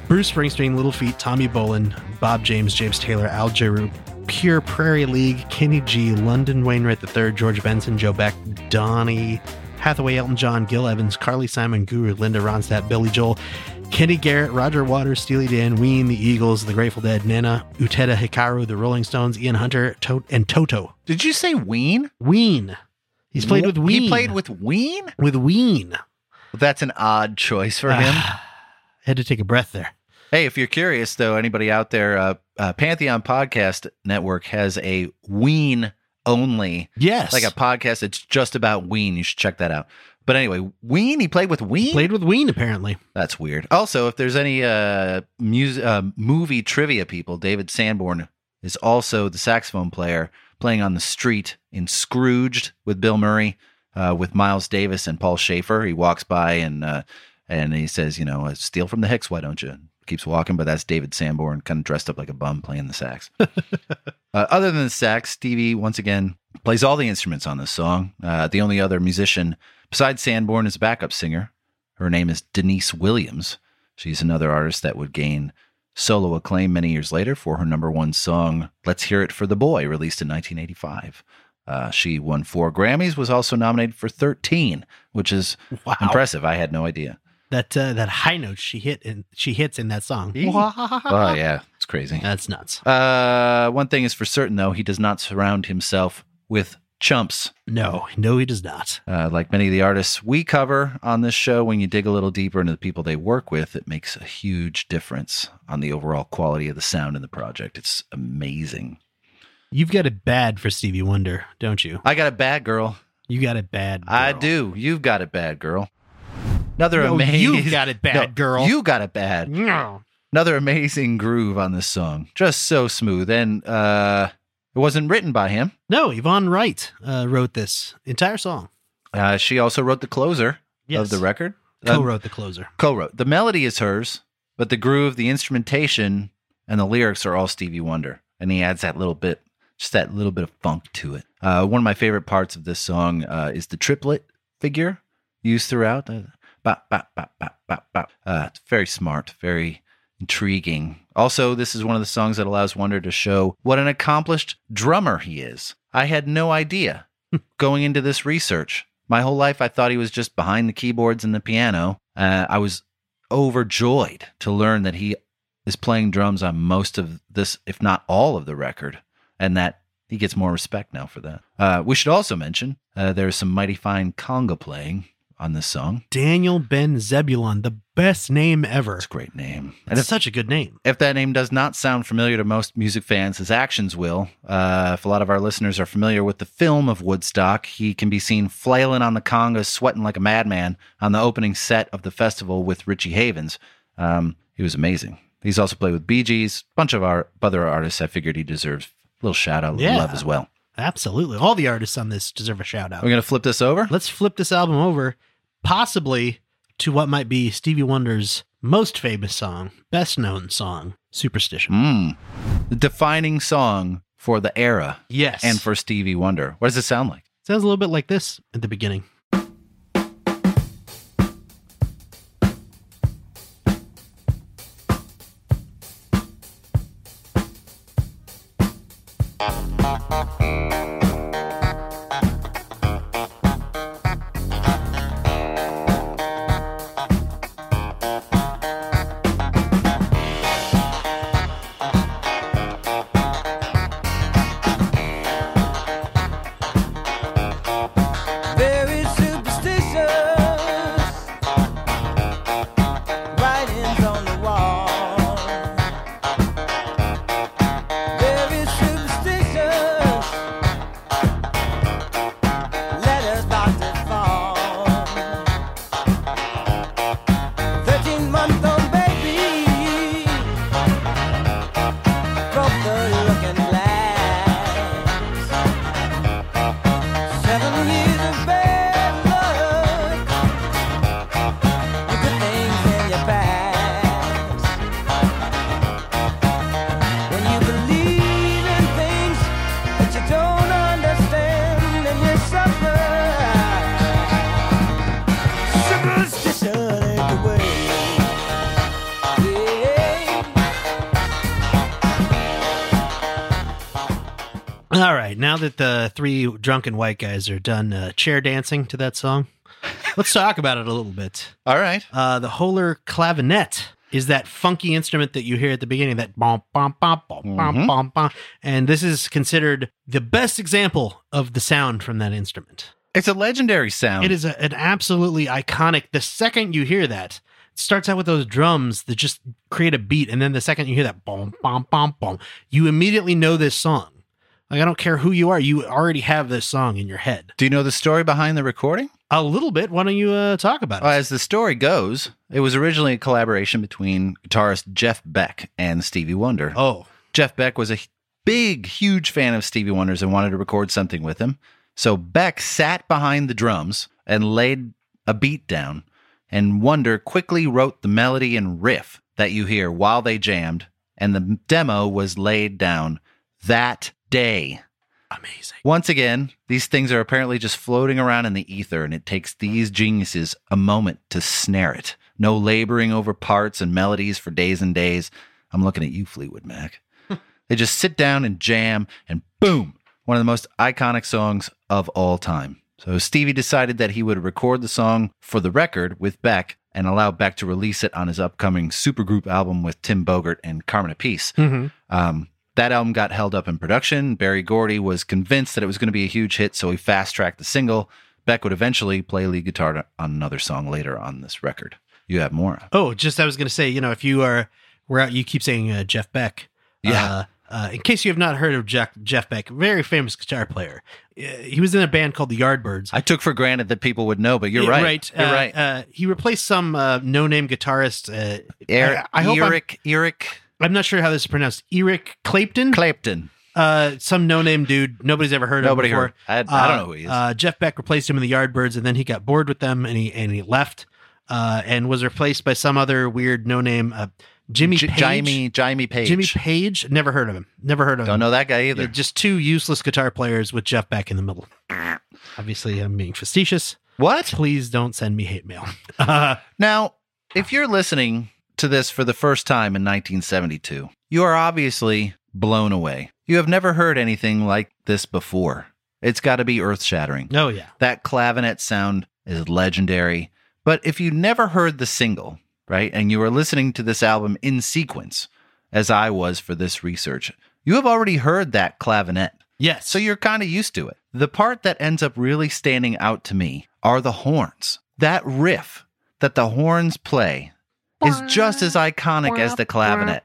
C: Bruce Springsteen, Little Feat, Tommy Bolin, Bob James, James Taylor, Al Jarreau, Pure Prairie League, Kenny G, London Wainwright III, George Benson, Joe Beck, Donnie Hathaway, Elton John, Gil Evans, Carly Simon, Guru, Linda Ronstadt, Billy Joel, Kenny Garrett, Roger Waters, Steely Dan, Ween, The Eagles, The Grateful Dead, Nana, Uteda Hikaru, The Rolling Stones, Ian Hunter, to- and Toto.
B: *clears throat* Did you say Ween?
C: Ween. He's played with Ween.
B: He played with Ween?
C: with Ween.
B: That's an odd choice for him.
C: *sighs* Had to take a breath there.
B: Hey, if you're curious, though, anybody out there, uh, uh, Pantheon Podcast Network has a Ween only,
C: Yes.
B: like a podcast that's just about Ween. You should check that out. But anyway, Ween, he played with Ween?
C: played with Ween apparently.
B: That's weird. Also, if there's any uh, music, uh, movie trivia people, David Sanborn is also the saxophone player playing on the street in Scrooged with Bill Murray, uh, with Miles Davis and Paul Schaefer. He walks by and uh, and he says, you know, uh, steal from the Hicks, why don't you? Keeps walking, but that's David Sanborn, kind of dressed up like a bum playing the sax. uh, other than the sax, Stevie once again plays all the instruments on this song. Uh, the only other musician besides Sanborn is a backup singer. Her name is Denise Williams. She's another artist that would gain solo acclaim many years later for her number one song, Let's Hear It for the Boy, released in 1985. Uh, she won four Grammys, was also nominated for 13, which is
C: Wow.
B: impressive. I had no idea.
C: That uh, that high note she hit in she hits in that song. Uh-huh.
B: Oh, yeah, it's crazy.
C: That's nuts.
B: Uh, one thing is for certain, though, he does not surround himself with chumps.
C: No, no, he does not.
B: Uh, like many of the artists we cover on this show, when you dig a little deeper into the people they work with, it makes a huge difference on the overall quality of the sound in the project. It's amazing.
C: You've got it bad for Stevie Wonder, don't you?
B: I got a bad girl.
C: You got it bad.
B: I
C: girl.
B: do. You've got a bad girl. Another
C: No,
B: amazing.
C: you've got it bad, girl.
B: You got it bad.
C: No.
B: Another amazing groove on this song. Just so smooth. And uh, it wasn't written by him.
C: No, Yvonne Wright uh, wrote this entire song.
B: Uh, she also wrote the closer
C: Yes.
B: of the record. Um,
C: Co-wrote the closer.
B: co-wrote. The melody is hers, but the groove, the instrumentation, and the lyrics are all Stevie Wonder, and he adds that little bit, just that little bit of funk to it. Uh, one of my favorite parts of this song uh, is the triplet figure used throughout. Uh, bop, bop, bop, bop, bop, bop. Uh, it's very smart, very intriguing. Also, this is one of the songs that allows Wonder to show what an accomplished drummer he is. I had no idea going into this research. My whole life, I thought he was just behind the keyboards and the piano. Uh, I was overjoyed to learn that he is playing drums on most of this, if not all of the record, and that he gets more respect now for that. Uh, we should also mention uh, there's some mighty fine conga playing on this song.
C: Daniel Ben Zebulon, the best name ever.
B: It's a great name. And
C: That's
B: if,
C: such a good name.
B: if that name does not sound familiar to most music fans, his actions will. Uh, if a lot of our listeners are familiar with the film of Woodstock, he can be seen flailing on the congas, sweating like a madman on the opening set of the festival with Richie Havens. Um, he was amazing. He's also played with Bee Gees, bunch of our other artists. I figured he deserves a little shout out, a little
C: Yeah.
B: love as well.
C: Absolutely. All the artists on this deserve a shout out.
B: We're gonna flip this over.
C: Let's flip this album over, possibly to what might be Stevie Wonder's most famous song, best known song, Superstition.
B: Mm. The defining song for the era
C: Yes.
B: and for Stevie Wonder. What does it sound like?
C: sounds a little bit like this at the beginning.
D: Very superstitious. Writings on the wall. Very superstitious. Letters about to fall. Thirteen month old baby broke the looking glass. Seven years of bad luck. You put things in your past. When you believe in things that you don't understand, and you suffer. Superstition ain't the way. Yeah.
C: All right, now that the three drunken white guys are done uh, chair dancing to that song, Let's talk about it a little bit.
B: All right.
C: Uh, the Hohler clavinet is that funky instrument that you hear at the beginning, that bom, bom, bom, bom, bom,
B: Mhm.
C: bom, bom. And this is considered the best example of the sound from that instrument.
B: It's a legendary sound.
C: It is a, an absolutely iconic. The second you hear that, it starts out with those drums that just create a beat, and then the second you hear that boom, boom, boom, boom, you immediately know this song. Like I don't care who you are, you already have this song in your head.
B: Do you know the story behind the recording?
C: A little bit. Why don't you uh, talk about it?
B: Well, Oh, as the story goes, it was originally a collaboration between guitarist Jeff Beck and Stevie Wonder.
C: oh,
B: Jeff Beck was a h- big, huge fan of Stevie Wonder's and wanted to record something with him. So Beck sat behind the drums and laid a beat down, and Wonder quickly wrote the melody and riff that you hear while they jammed, and the m- demo was laid down that day.
C: amazing.
B: Once again, these things are apparently just floating around in the ether, and it takes these geniuses a moment to snare it. No laboring over parts and melodies for days and days. I'm looking at you, Fleetwood Mac. they just sit down and jam, and boom, one of the most iconic songs of all time. So Stevie decided that he would record the song for the record with Beck and allow Beck to release it on his upcoming supergroup album with Tim Bogert and Carmen Apiece.
C: Mm-hmm.
B: Um, that album got held up in production. Barry Gordy was convinced that it was going to be a huge hit, so he fast tracked the single. Beck would eventually play lead guitar to- on another song later on this record. You have more.
C: Oh, just I was going to say, you know, if you are, we're out. You keep saying uh, Jeff Beck.
B: Yeah.
C: Uh, uh, in case you have not heard of Jack, Jeff Beck, very famous guitar player. Uh, he was in a band called the Yardbirds.
B: I took for granted that people would know, but you're
C: Yeah,
B: right. You're
C: Uh,
B: right.
C: Uh, he replaced some uh, no-name guitarist. Uh,
B: Eric,
C: I- I hope I'm-
B: Eric, Eric
C: I'm not sure how this is pronounced. Eric Clapton.
B: Clapton.
C: uh, some no-name dude. Nobody's ever heard
B: Nobody
C: of. him
B: heard.
C: before.
B: I, I don't
C: Uh,
B: know who he is.
C: Uh, Jeff Beck replaced him in the Yardbirds, and then he got bored with them, and he and he left, uh, and was replaced by some other weird no-name uh, Jimmy
B: J-
C: Page.
B: Jaime, Jaime Page.
C: Jimmy Page. Never heard of him. Never heard of
B: Don't
C: him.
B: know that guy either.
C: Yeah, Just two useless guitar players with Jeff Beck in the middle. Obviously, I'm being facetious.
B: What?
C: Please don't send me hate mail. *laughs* Uh,
B: Now, if you're listening to this for the first time in 1972, you are obviously blown away. You have never heard anything like this before. It's got to be earth shattering.
C: oh yeah.
B: That clavinet sound is legendary. But if you never heard the single, right, and you are listening to this album in sequence, as I was for this research, you have already heard that clavinet.
C: Yes.
B: So you're kind of used to it. The part that ends up really standing out to me are the horns. That riff that the horns play is just as iconic as the clavinet.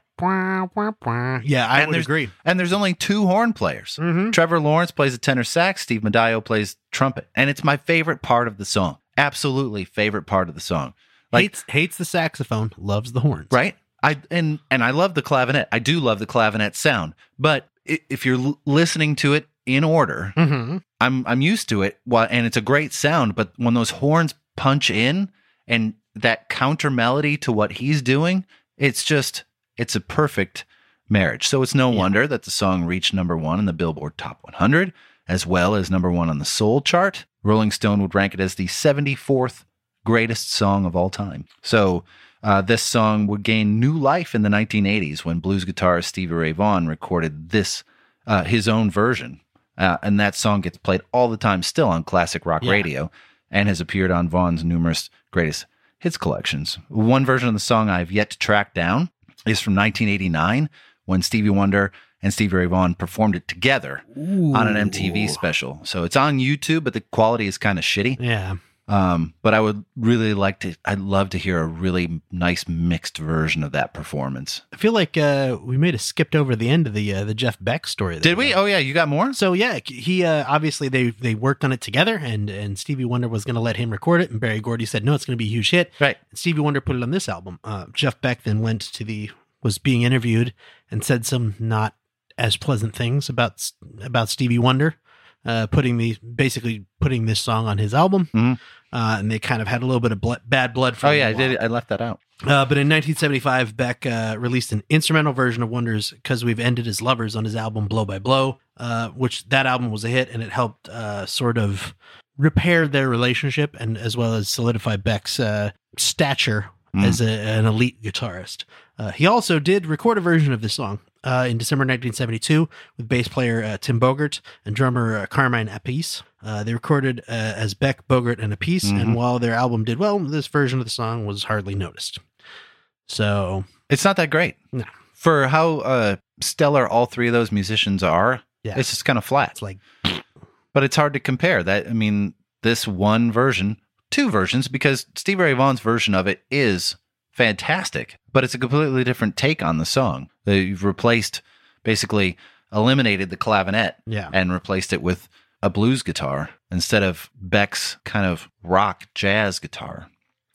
C: yeah, Mm-hmm. I
B: And
C: would
B: there's-
C: agree.
B: And there's only two horn players.
C: Mm-hmm.
B: Trevor Lawrence plays a tenor sax, Steve Medio plays trumpet. And it's my favorite part of the song. Absolutely favorite part of the song. Like-
C: hates hates the saxophone, loves the horns.
B: right i and and i love the clavinet i do love the clavinet sound but i- if you're l- listening to it in order
C: Mm-hmm.
B: i'm i'm used to it while, and it's a great sound but when those horns punch in and that counter melody to what he's doing it's just it's a perfect marriage so it's no
C: Yeah.
B: wonder that the song reached number 1 in the Billboard Top 100 as well as number 1 on the Soul chart rolling stone would rank it as the 74th greatest song of all time so uh, this song would gain new life in the 1980s when blues guitarist Stevie Ray Vaughan recorded this uh, his own version uh, and that song gets played all the time still on classic rock
C: Yeah.
B: radio and has appeared on Vaughn's numerous greatest hits collections. One version of the song I've yet to track down is from 1989 when Stevie Wonder and Stevie Ray Vaughan performed it together on an MTV special. So it's on YouTube, but the quality is kind of shitty.
C: Yeah.
B: Um, but I would really like to, I'd love to hear a really nice mixed version of that performance.
C: I feel like uh, we may have skipped over the end of the uh, the Jeff Beck story. there.
B: Did we? Oh, yeah, you got more?
C: So yeah, he uh, obviously they they worked on it together, and and Stevie Wonder was going to let him record it, and Barry Gordy said no, it's going to be a huge hit.
B: Right.
C: And Stevie Wonder put it on this album. Uh, Jeff Beck then went to the was being interviewed and said some not as pleasant things about S- about Stevie Wonder, uh, putting the basically putting this song on his album,
B: Mhm.
C: uh, and they kind of had a little bit of bl- bad blood. For
B: Oh,
C: a
B: yeah, I
C: little while.
B: did. I left that out.
C: Uh, but in 1975, Beck uh, released an instrumental version of Wonders because we've ended as lovers on his album Blow by Blow, uh, which that album was a hit and it helped uh, sort of repair their relationship and as well as solidify Beck's uh, stature
B: Mm.
C: as a, an elite guitarist. Uh, he also did record a version of this song uh, in December 1972 with bass player uh, Tim Bogert and drummer uh, Carmine Appice. Uh, they recorded uh, as Beck, Bogert, and Appice,
B: Mm-hmm.
C: and while their album did well, this version of the song was hardly noticed. So,
B: It's not that great.
C: No.
B: For how uh, stellar all three of those musicians are,
C: Yeah.
B: it's just kind of flat.
C: it's like,
B: but it's hard to compare that. I mean, this one version, two versions, because Steve Ray Vaughan's version of it is fantastic, but it's a completely different take on the song. They've replaced, basically, eliminated the clavinet
C: yeah.
B: and replaced it with a blues guitar instead of Beck's kind of rock jazz guitar.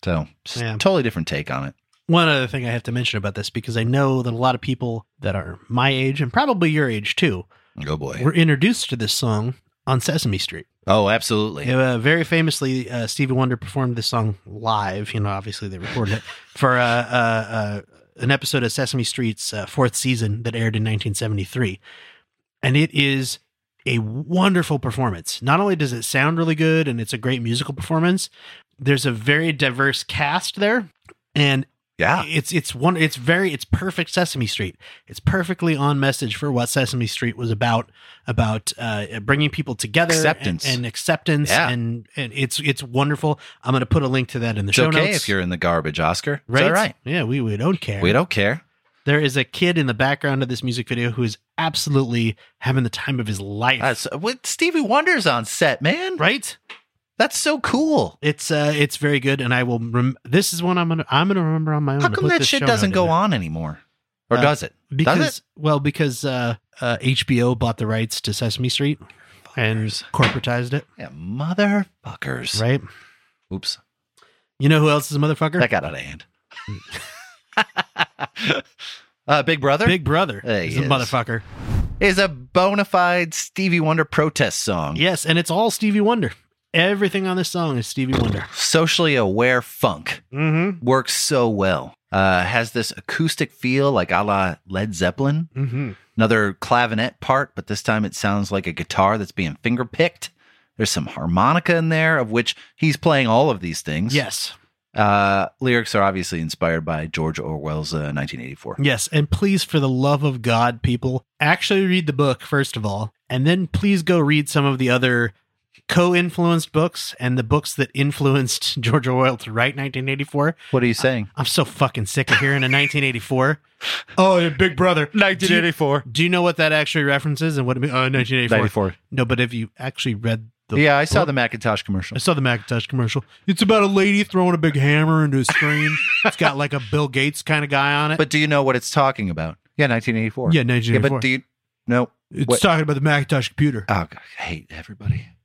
B: So, just
C: Yeah.
B: totally different take on it.
C: One other thing I have to mention about this because I know that a lot of people that are my age and probably your age too
B: Oh boy.
C: were introduced to this song on Sesame Street.
B: Oh, absolutely.
C: Uh, very famously, uh, Stevie Wonder performed this song live. You know, obviously they recorded it for uh, uh, uh, an episode of Sesame Street's uh, fourth season that aired in 1973, and it is a wonderful performance. Not only does it sound really good, and it's a great musical performance. There's a very diverse cast there, and
B: Yeah.
C: it's it's one it's very it's perfect Sesame Street. It's perfectly on message for what Sesame Street was about about uh, bringing people together,
B: Acceptance.
C: and, and acceptance,
B: Yeah.
C: and and it's it's wonderful. I'm gonna put a link to that in the
B: It's
C: show
B: okay
C: notes.
B: if you're in the garbage, Oscar.
C: right,
B: It's all right.
C: yeah, we we don't care.
B: We don't care.
C: There is a kid in the background of this music video who is absolutely having the time of his life.
B: That's what Uh, Stevie Wonder's on set, man.
C: right.
B: That's so cool.
C: It's uh, it's very good, and I will. Rem- this is one I'm gonna I'm gonna remember on my own.
B: How
C: to
B: come
C: put
B: that
C: this
B: shit
C: show note
B: doesn't
C: in
B: go
C: there.
B: on anymore? Or
C: Uh,
B: does it?
C: because
B: Does
C: well because uh, uh HBO bought the rights to Sesame Street and corporatized it,
B: Yeah, motherfuckers.
C: right?
B: Oops.
C: You know who else is a motherfucker?
B: That got out of hand. *laughs* uh, Big Brother
C: Big Brother
B: There
C: is
B: he
C: a
B: is.
C: motherfucker.
B: is a bona fide Stevie Wonder protest song.
C: Yes, and it's all Stevie Wonder. Everything on this song is Stevie Wonder.
B: Socially aware funk
C: Mm-hmm.
B: works so well. Uh, has this acoustic feel like a la Led Zeppelin.
C: Mm-hmm.
B: another clavinet part, but this time it sounds like a guitar that's being finger picked. There's some harmonica in there, of which he's playing all of these things.
C: Yes,
B: Uh, lyrics are obviously inspired by George Orwell's uh, 1984.
C: yes, and please, for the love of God, people, actually read the book first of all, and then please go read some of the other co-influenced books and the books that influenced *laughs* George Orwell to write 1984.
B: What are you saying?
C: I'm so fucking sick of hearing a 1984. Oh, yeah, Big Brother.
B: 1984.
C: Do you know what that actually references and what it means? Oh, 1984.
B: 94.
C: No, but have you actually read the.
B: Yeah, I saw
C: book?
B: the Macintosh
C: I
B: commercial.
C: saw the Macintosh commercial. It's about a lady throwing a big hammer into
B: *laughs*
C: a screen. it's got like a Bill Gates kind of guy on it.
B: But do you know what it's talking about? Yeah, 1984.
C: yeah,
B: Yeah,
C: 1984.
B: but do you? No.
C: it's
B: what-
C: talking about the Macintosh computer.
B: Oh, God, I hate everybody.
C: *sighs*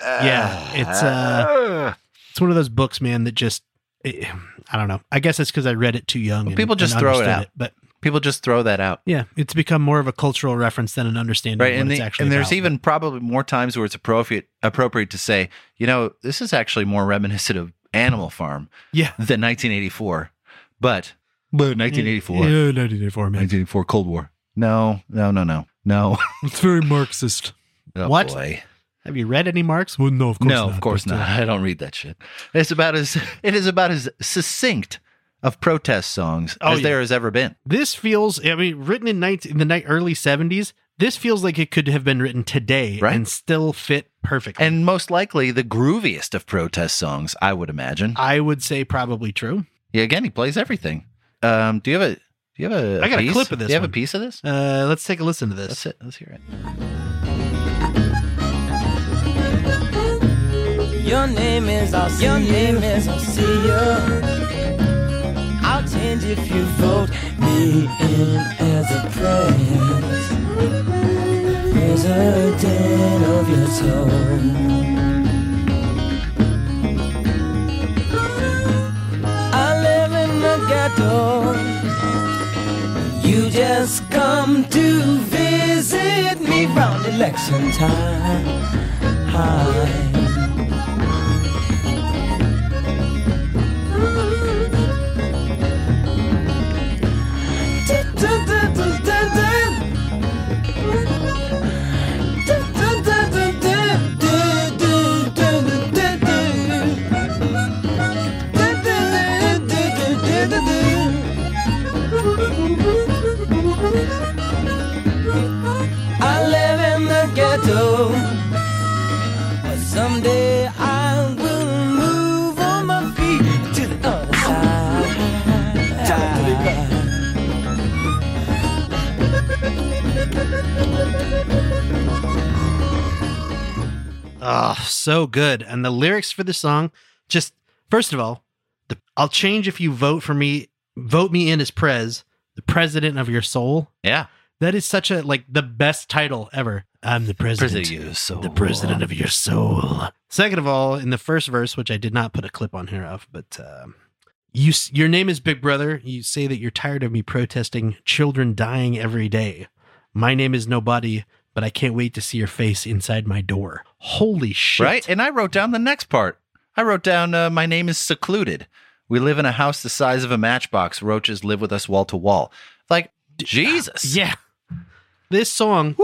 C: Yeah, it's, uh, It's one of those books, man, that just. It, I don't know. I guess it's because I read it too young. and-
B: people just
C: and
B: throw it
C: understood
B: out.
C: But
B: *sighs* people just throw that out.
C: yeah, it's become more of a cultural reference than an understanding
B: right
C: of what
B: and,
C: it's
B: the-
C: actually
B: and there's
C: about.
B: even probably more times where it's appropriate appropriate to say you know this is actually more reminiscent of animal farm
C: Yeah.
B: than 1984 but but 1984
C: Mm, Yeah, 1984, man.
B: 1984 cold war no no no no no
C: It's very Marxist.
B: *laughs* Oh,
C: What?
B: boy.
C: Have you read any Marx? Well, no, of course
B: no
C: not.
B: of course
C: but, uh,
B: not i don't read that shit it's about as it is about as succinct of protest songs
C: Oh,
B: as
C: yeah.
B: there has ever been
C: This feels. I mean, written in night in the night early seventies. This feels like it could have been written today
B: Right.
C: and still fit perfectly.
B: and most likely the grooviest of protest songs i would imagine
C: I would say probably true.
B: Yeah, again, he plays everything. Um, do you have a do you have a
C: I got a
B: piece?
C: clip of this
B: Do you have
C: one.
B: a piece of this?
C: Uh, let's take a listen to this.
B: That's it. Let's hear it.
E: Your name is I'll see Your name is I'll see you. I'll change if you vote me in as a pres- president of your soul. I live in the ghetto. You just come to visit me round election time. Hi.
C: Ah, so good. And the lyrics for this song, just first of all, the, I'll change if you vote for me. Vote me in as Prez, the president of your soul.
B: Yeah.
C: That is such a like the best title ever. I'm the president.
B: President of your soul.
C: The president of your soul. Second of all, in the first verse, which I did not put a clip on here of, but um, you, s- your name is Big Brother. You say that you're tired of me protesting children dying every day. My name is nobody, but I can't wait to see your face inside my door. Holy shit!
B: Right? And I wrote down the next part. I wrote down, uh, My name is secluded. We live in a house the size of a matchbox. Roaches live with us wall to wall. Like, Jesus.
C: Yeah. This song,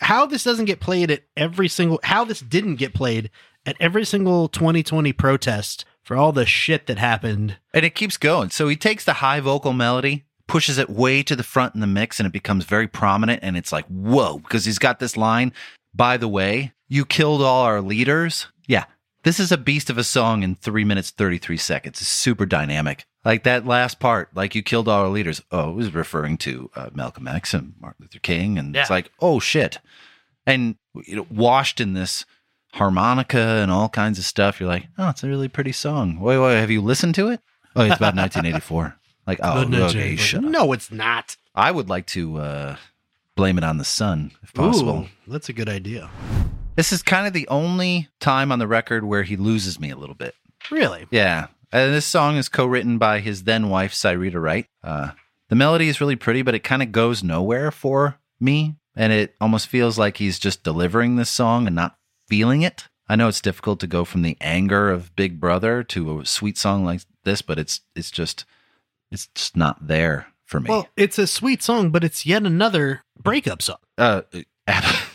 C: how this doesn't get played at every single, how this didn't get played at every single 2020 protest for all the shit that happened.
B: And it keeps going. So he takes the high vocal melody, pushes it way to the front in the mix, and it becomes very prominent. And it's like, whoa, because he's got this line, by the way, you killed all our leaders. Yeah. This is a beast of a song in three minutes, 33 seconds. It's super dynamic. Like that last part, like you killed all our leaders. Oh, it was referring to uh, Malcolm X and Martin Luther King. And it's
C: Yeah.
B: like, oh, shit. And you know, washed in this harmonica and all kinds of stuff. You're like, oh, it's a really pretty song. Wait, wait, have you listened to it? Oh, it's about 1984. *laughs* Like, oh,
C: But no,
B: okay,
C: Jay,
B: shut up.
C: like, no, it's not.
B: I would like to uh, blame it on the sun, if possible.
C: Ooh, that's a good idea.
B: This is kind of the only time on the record where he loses me a little bit.
C: Really?
B: Yeah. And this song is co written by his then wife, Cyrita Wright. Uh, the melody is really pretty, but it kind of goes nowhere for me. And it almost feels like he's just delivering this song and not feeling it. I know it's difficult to go from the anger of Big Brother to a sweet song like this, but it's it's just it's just not there for me.
C: Well, it's a sweet song, but it's yet another breakup song.
B: uh, *laughs*
C: *laughs*
B: yeah,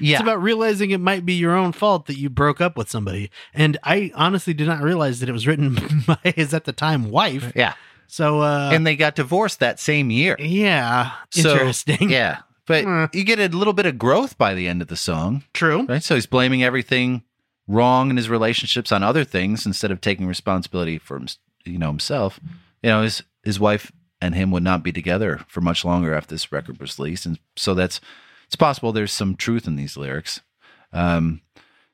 C: It's about realizing it might be your own fault that you broke up with somebody. And I honestly did not realize that it was written *laughs* by his at the time wife.
B: yeah.
C: So, uh,
B: and they got divorced that same year.
C: yeah,
B: So,
C: interesting.
B: Yeah, but
C: Hmm.
B: you get a little bit of growth by the end of the song.
C: True.
B: Right. So he's blaming everything wrong in his relationships on other things instead of taking responsibility for him, you know himself. You know his his wife and him would not be together for much longer after this record was released, and so that's it's possible there's some truth in these lyrics. Um,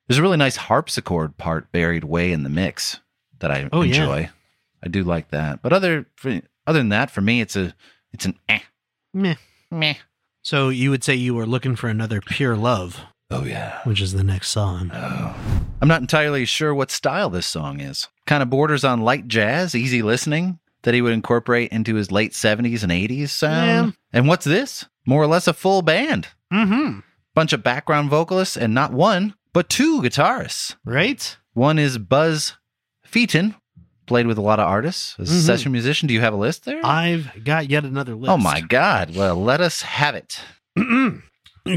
B: there's a really nice harpsichord part buried way in the mix that I
C: Oh, yeah.
B: enjoy. I do like that, but other for, other than that, for me, it's a it's an eh,
C: Meh.
B: meh.
C: So you would say you were looking for another pure love,
B: Oh yeah.
C: which is the next song.
B: Uh, I'm not entirely sure what style this song is. Kind of borders on light jazz, easy listening, that he would incorporate into his late 70s and 80s sound. And what's this? More or less a full band.
C: Mm-hmm.
B: Bunch of background vocalists and not one, but two guitarists.
C: Right?
B: One is Buzz Featon, played with a lot of artists as a
C: Mhm.
B: session musician. Do you have a list there?
C: I've got yet another list.
B: Oh my God. Well, let us have it.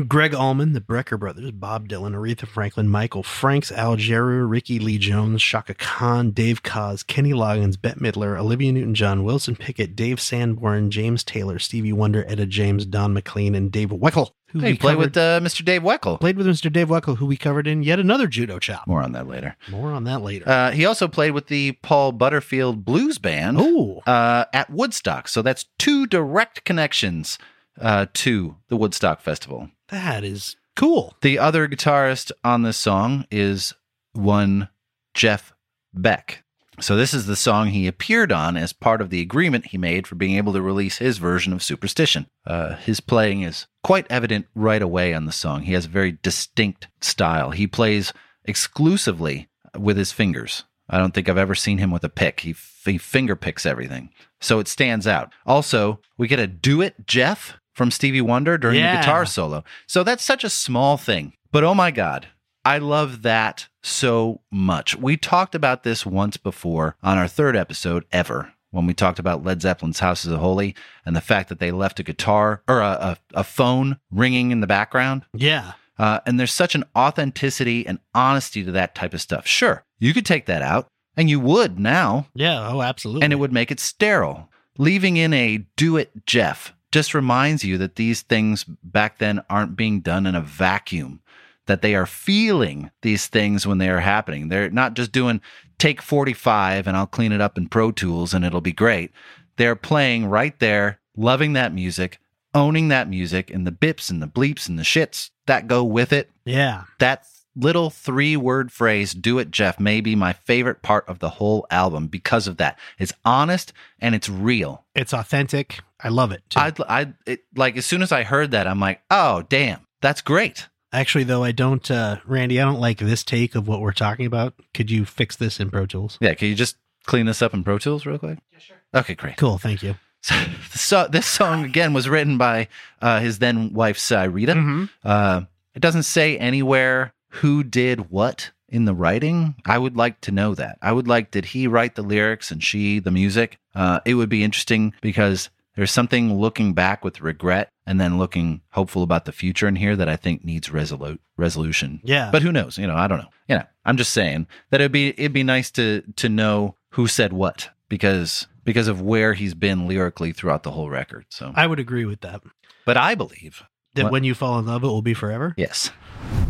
C: Greg Allman, the Brecker Brothers, Bob Dylan, Aretha Franklin, Michael Franks, Al Jarreau, Ricky Lee Jones, Shaka Khan, Dave Koz, Kenny Loggins, Bette Midler, Olivia Newton-John, Wilson Pickett, Dave Sanborn, James Taylor, Stevie Wonder, Etta James, Don McLean, and Dave Weckl. Who
B: Hey,
C: we
B: play
C: covered-
B: with uh, Mr. Dave Weckl.
C: played with Mr. Dave Weckl, who we covered in yet another judo chop.
B: More on that later.
C: More on that later.
B: Uh, he also played with the Paul Butterfield Blues Band.
C: oh,
B: uh, at Woodstock. So that's two direct connections uh, to the Woodstock Festival.
C: that is cool.
B: The other guitarist on this song is one Jeff Beck. So this is the song he appeared on as part of the agreement he made for being able to release his version of Superstition. Uh, his playing is quite evident right away on the song. He has a very distinct style. He plays exclusively with his fingers. I don't think I've ever seen him with a pick. He, f- he finger picks everything. So it stands out. Also, we get a do it Jeff from Stevie Wonder during the
C: Yeah.
B: guitar solo. So that's such a small thing. But oh my God, I love that so much. We talked about this once before on our third episode ever when we talked about Led Zeppelin's House is a Holy and the fact that they left a guitar or a, a, a phone ringing in the background.
C: Yeah.
B: Uh, and there's such an authenticity and honesty to that type of stuff. Sure, you could take that out, and you would now,
C: Yeah. Oh, absolutely.
B: and it would make it sterile. Leaving in a do it Jeff just reminds you that these things back then aren't being done in a vacuum, that they are feeling these things when they are happening. They're not just doing take 45 and I'll clean it up in Pro Tools and it'll be great. They're playing right there, loving that music, owning that music, and the bips and the bleeps and the shits that go with it
C: Yeah.
B: that little three word phrase, Do It Jeff, may be my favorite part of the whole album because of that. It's honest and it's real.
C: It's authentic. I love it. too.
B: I, I, it, like, as soon as I heard that, I'm like, oh, damn, that's great.
C: Actually, though, I don't, uh, Randy, I don't like this take of what we're talking about. Could you fix this in Pro Tools?
B: Yeah, can you just clean this up in Pro Tools real quick? Yeah, sure. Okay, great.
C: Cool. Thank you.
B: So, so this song again was written by uh, his then wife Cyrita.
C: Mhm.
B: Uh, it doesn't say anywhere who did what in the writing. I would like to know that. I would like did he write the lyrics and she the music? Uh, it would be interesting because there's something looking back with regret and then looking hopeful about the future in here that I think needs resolu- resolution.
C: Yeah.
B: But who knows? You know, I don't know. You know, I'm just saying that it'd be it'd be nice to to know who said what because because of where he's been lyrically throughout the whole record. So,
C: I would agree with that.
B: but I believe
C: That
B: What?
C: when you fall in love, it will be forever.
B: yes.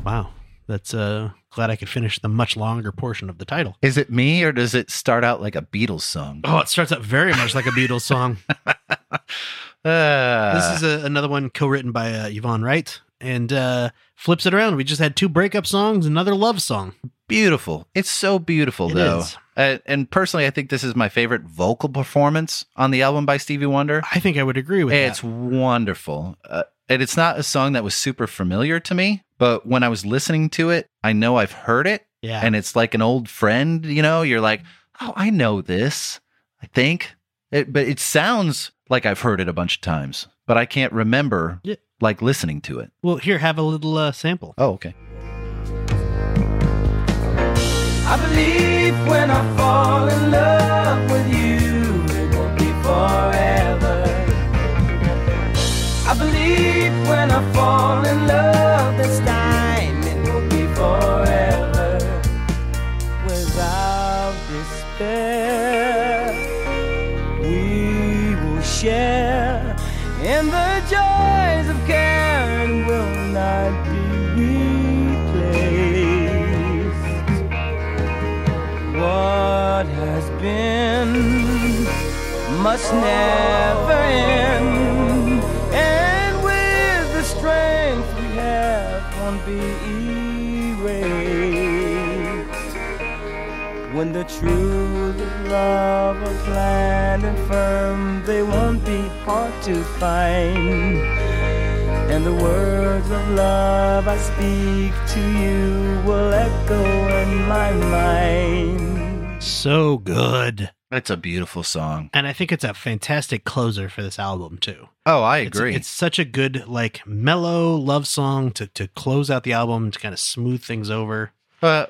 C: Wow. That's uh, glad I could finish the much longer portion of the title.
B: Is it me or does it start out like a Beatles song?
C: Oh, it starts out very much like a Beatles song.
B: Uh,
C: *laughs* this is a, another one co-written by uh, Yvonne Wright and uh, flips it around. We just had two breakup songs, another love song.
B: beautiful. It's so beautiful,
C: It
B: though.
C: is.
B: Uh, and personally, I think this is my favorite vocal performance on the album by Stevie Wonder.
C: I think I would agree with
B: It's
C: that.
B: wonderful. Uh, and it's not a song that was super familiar to me, but when I was listening to it, I know I've heard it.
C: Yeah.
B: And it's like an old friend, you know, you're like, oh, I know this, I think. It, but it sounds like I've heard it a bunch of times, but I can't remember
C: Yeah.
B: like listening to it.
C: well, here, have a little uh, sample.
B: Oh, okay.
D: I believe when I fall in love with you, it won't be forever. I believe when I fall in love this time, it won't be forever. Without despair, we will share in the joys of care and will not be replaced what has been must never end. And with the strength we have, won't be erased. When the truth of love are planned and firm, they won't be hard to find. And the words of love I speak to you will echo in my mind.
C: So good.
B: That's a beautiful song.
C: And I think it's a fantastic closer for this album too.
B: Oh, I
C: It's-
B: agree.
C: It's, such a good like mellow love song to to close out the album to kind of smooth things over.
B: Uh,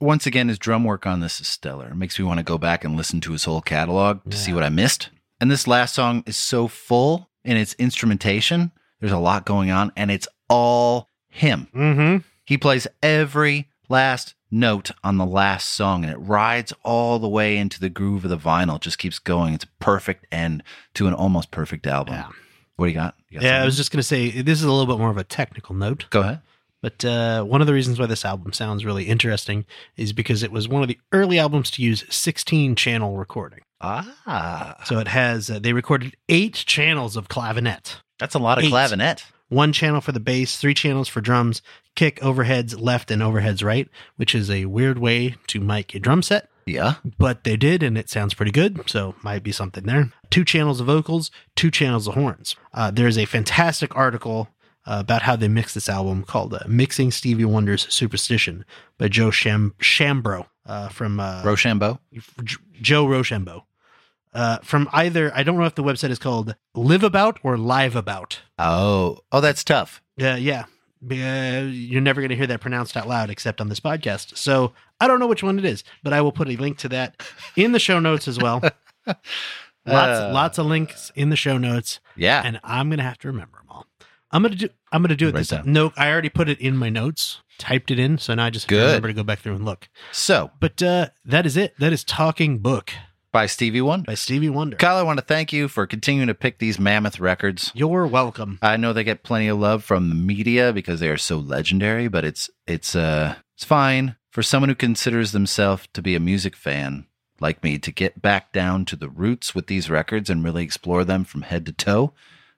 B: once again, his drum work on this is stellar. It makes me want to go back and listen to his whole catalog to see
C: Yeah.
B: what I missed. And this last song is so full in its instrumentation. There's a lot going on, and it's all him.
C: Mm-hmm.
B: He plays every last note on the last song, and it rides all the way into the groove of the vinyl. It just keeps going. It's a perfect end to an almost perfect album.
C: Yeah.
B: What do you got? You got
C: Yeah, I
B: something?
C: was just gonna say this is a little bit more of a technical note.
B: go ahead.
C: But uh, one of the reasons why this album sounds really interesting is because it was one of the early albums to use 16 channel recording.
B: Ah,
C: So it has, uh, they recorded eight channels of clavinet
B: that's a lot of
C: Eight.
B: clavinet.
C: one channel for the bass, three channels for drums, kick, overheads left, and overheads right, which is a weird way to mic a drum set.
B: Yeah.
C: But they did, and it sounds pretty good, so might be something there. Two channels of vocals, two channels of horns. Uh, there's a fantastic article uh, about how they mixed this album called uh, Mixing Stevie Wonder's Superstition by Joe Sham- Shambro uh, from uh,
B: Rochambeau.
C: J- Joe Rochambeau. Uh, from either, I don't know if the website is called Live About or Live About.
B: Oh, oh, that's tough.
C: Uh, yeah. Uh, you're never going to hear that pronounced out loud except on this podcast. So I don't know which one it is, but I will put a link to that in the show notes as
B: *laughs*
C: well. lots,
B: Uh.
C: lots of links in the show notes,
B: Yeah.
C: and I'm going to have to remember them all. I'm going to do. I'm going to do it
B: Write
C: this time.
B: down.
C: No, I already put it in my notes, typed it in, so now I just have to
B: Good.
C: remember to go back through and look.
B: so,
C: But uh, that is it. That is Talking Book
B: by Stevie Wonder.
C: by Stevie Wonder.
B: Kyle, I want to thank you for continuing to pick these mammoth records.
C: You're welcome.
B: I know they get plenty of love from the media because they are so legendary, but it's it's uh it's fine for someone who considers themselves to be a music fan like me to get back down to the roots with these records and really explore them from head to toe.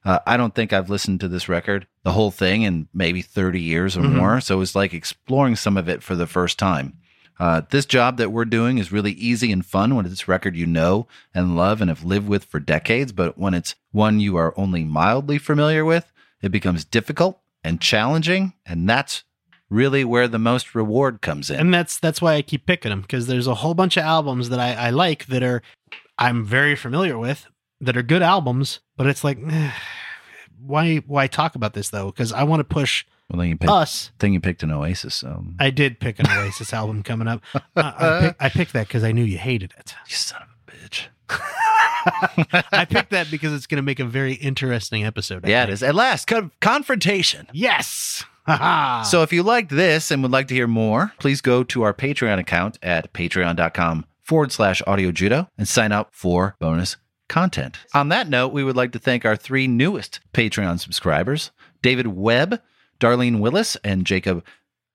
B: Uh, I don't think I've listened to this record, the whole thing, in maybe 30 years or
C: Mhm.
B: more. So it was like exploring some of it for the first time. Uh, this job that we're doing is really easy and fun when it's a record you know and love and have lived with for decades. But when it's one you are only mildly familiar with, it becomes difficult and challenging. And that's really where the most reward comes in.
C: and that's that's why I keep picking them because there's a whole bunch of albums that I, I like that are I'm very familiar with that are good albums, but it's like eh, why why talk about this though? Because I want to push
B: well, then you picked,
C: us.
B: then you picked an Oasis. So
C: I did pick an Oasis album
B: *laughs*
C: coming up. Uh, I, pick, I picked that because I knew you hated it.
B: you son of a bitch.
C: I picked that because it's going to make a very interesting episode. I
B: Yeah, it
C: think.
B: is. At last, con- confrontation.
C: Yes. Ha-ha.
B: So if you liked this and would like to hear more, please go to our Patreon account at patreon.com forward slash audio judo and sign up for bonus content. On that note, we would like to thank our three newest Patreon subscribers, David Webb, Darlene Willis, and Jacob.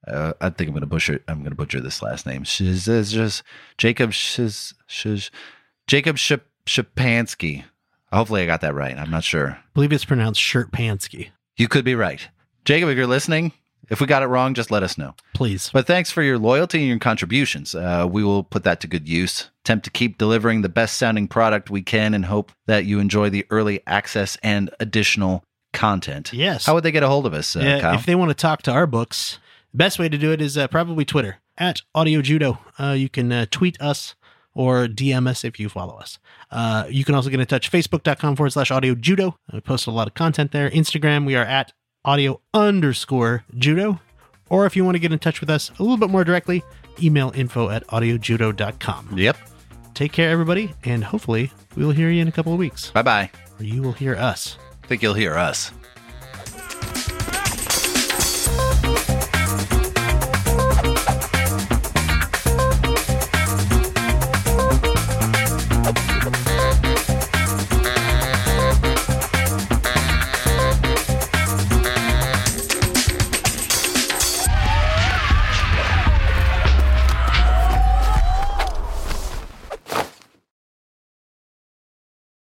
B: Uh, I think I'm going to butcher. I'm going to butcher this last name. Shiz, is just Jacob Shiz, Shiz, Jacob Shep, Shepansky. Hopefully, I got that right. I'm not sure.
C: I believe it's pronounced Shirt Pansky.
B: You could be right. Jacob, if you're listening, if we got it wrong, just let us know.
C: Please.
B: But thanks for your loyalty and your contributions. Uh, we will put that to good use, attempt to keep delivering the best sounding product we can, and hope that you enjoy the early access and additional content.
C: Yes.
B: How would they get a hold of us, uh,
C: Yeah,
B: Kyle?
C: if they want to talk to our books, the best way to do it is uh, probably Twitter at Audio Judo. Uh, you can uh, tweet us or DM us if you follow us. Uh, you can also get in touch facebook.com forward slash audio judo. We post a lot of content there. Instagram, we are at audio underscore judo. Or if you want to get in touch with us a little bit more directly, email info at audiojudo.com.
B: yep.
C: Take care, everybody, and hopefully we'll hear you in a couple of weeks,
B: Bye bye.
C: or you will hear us.
B: I think you'll hear us.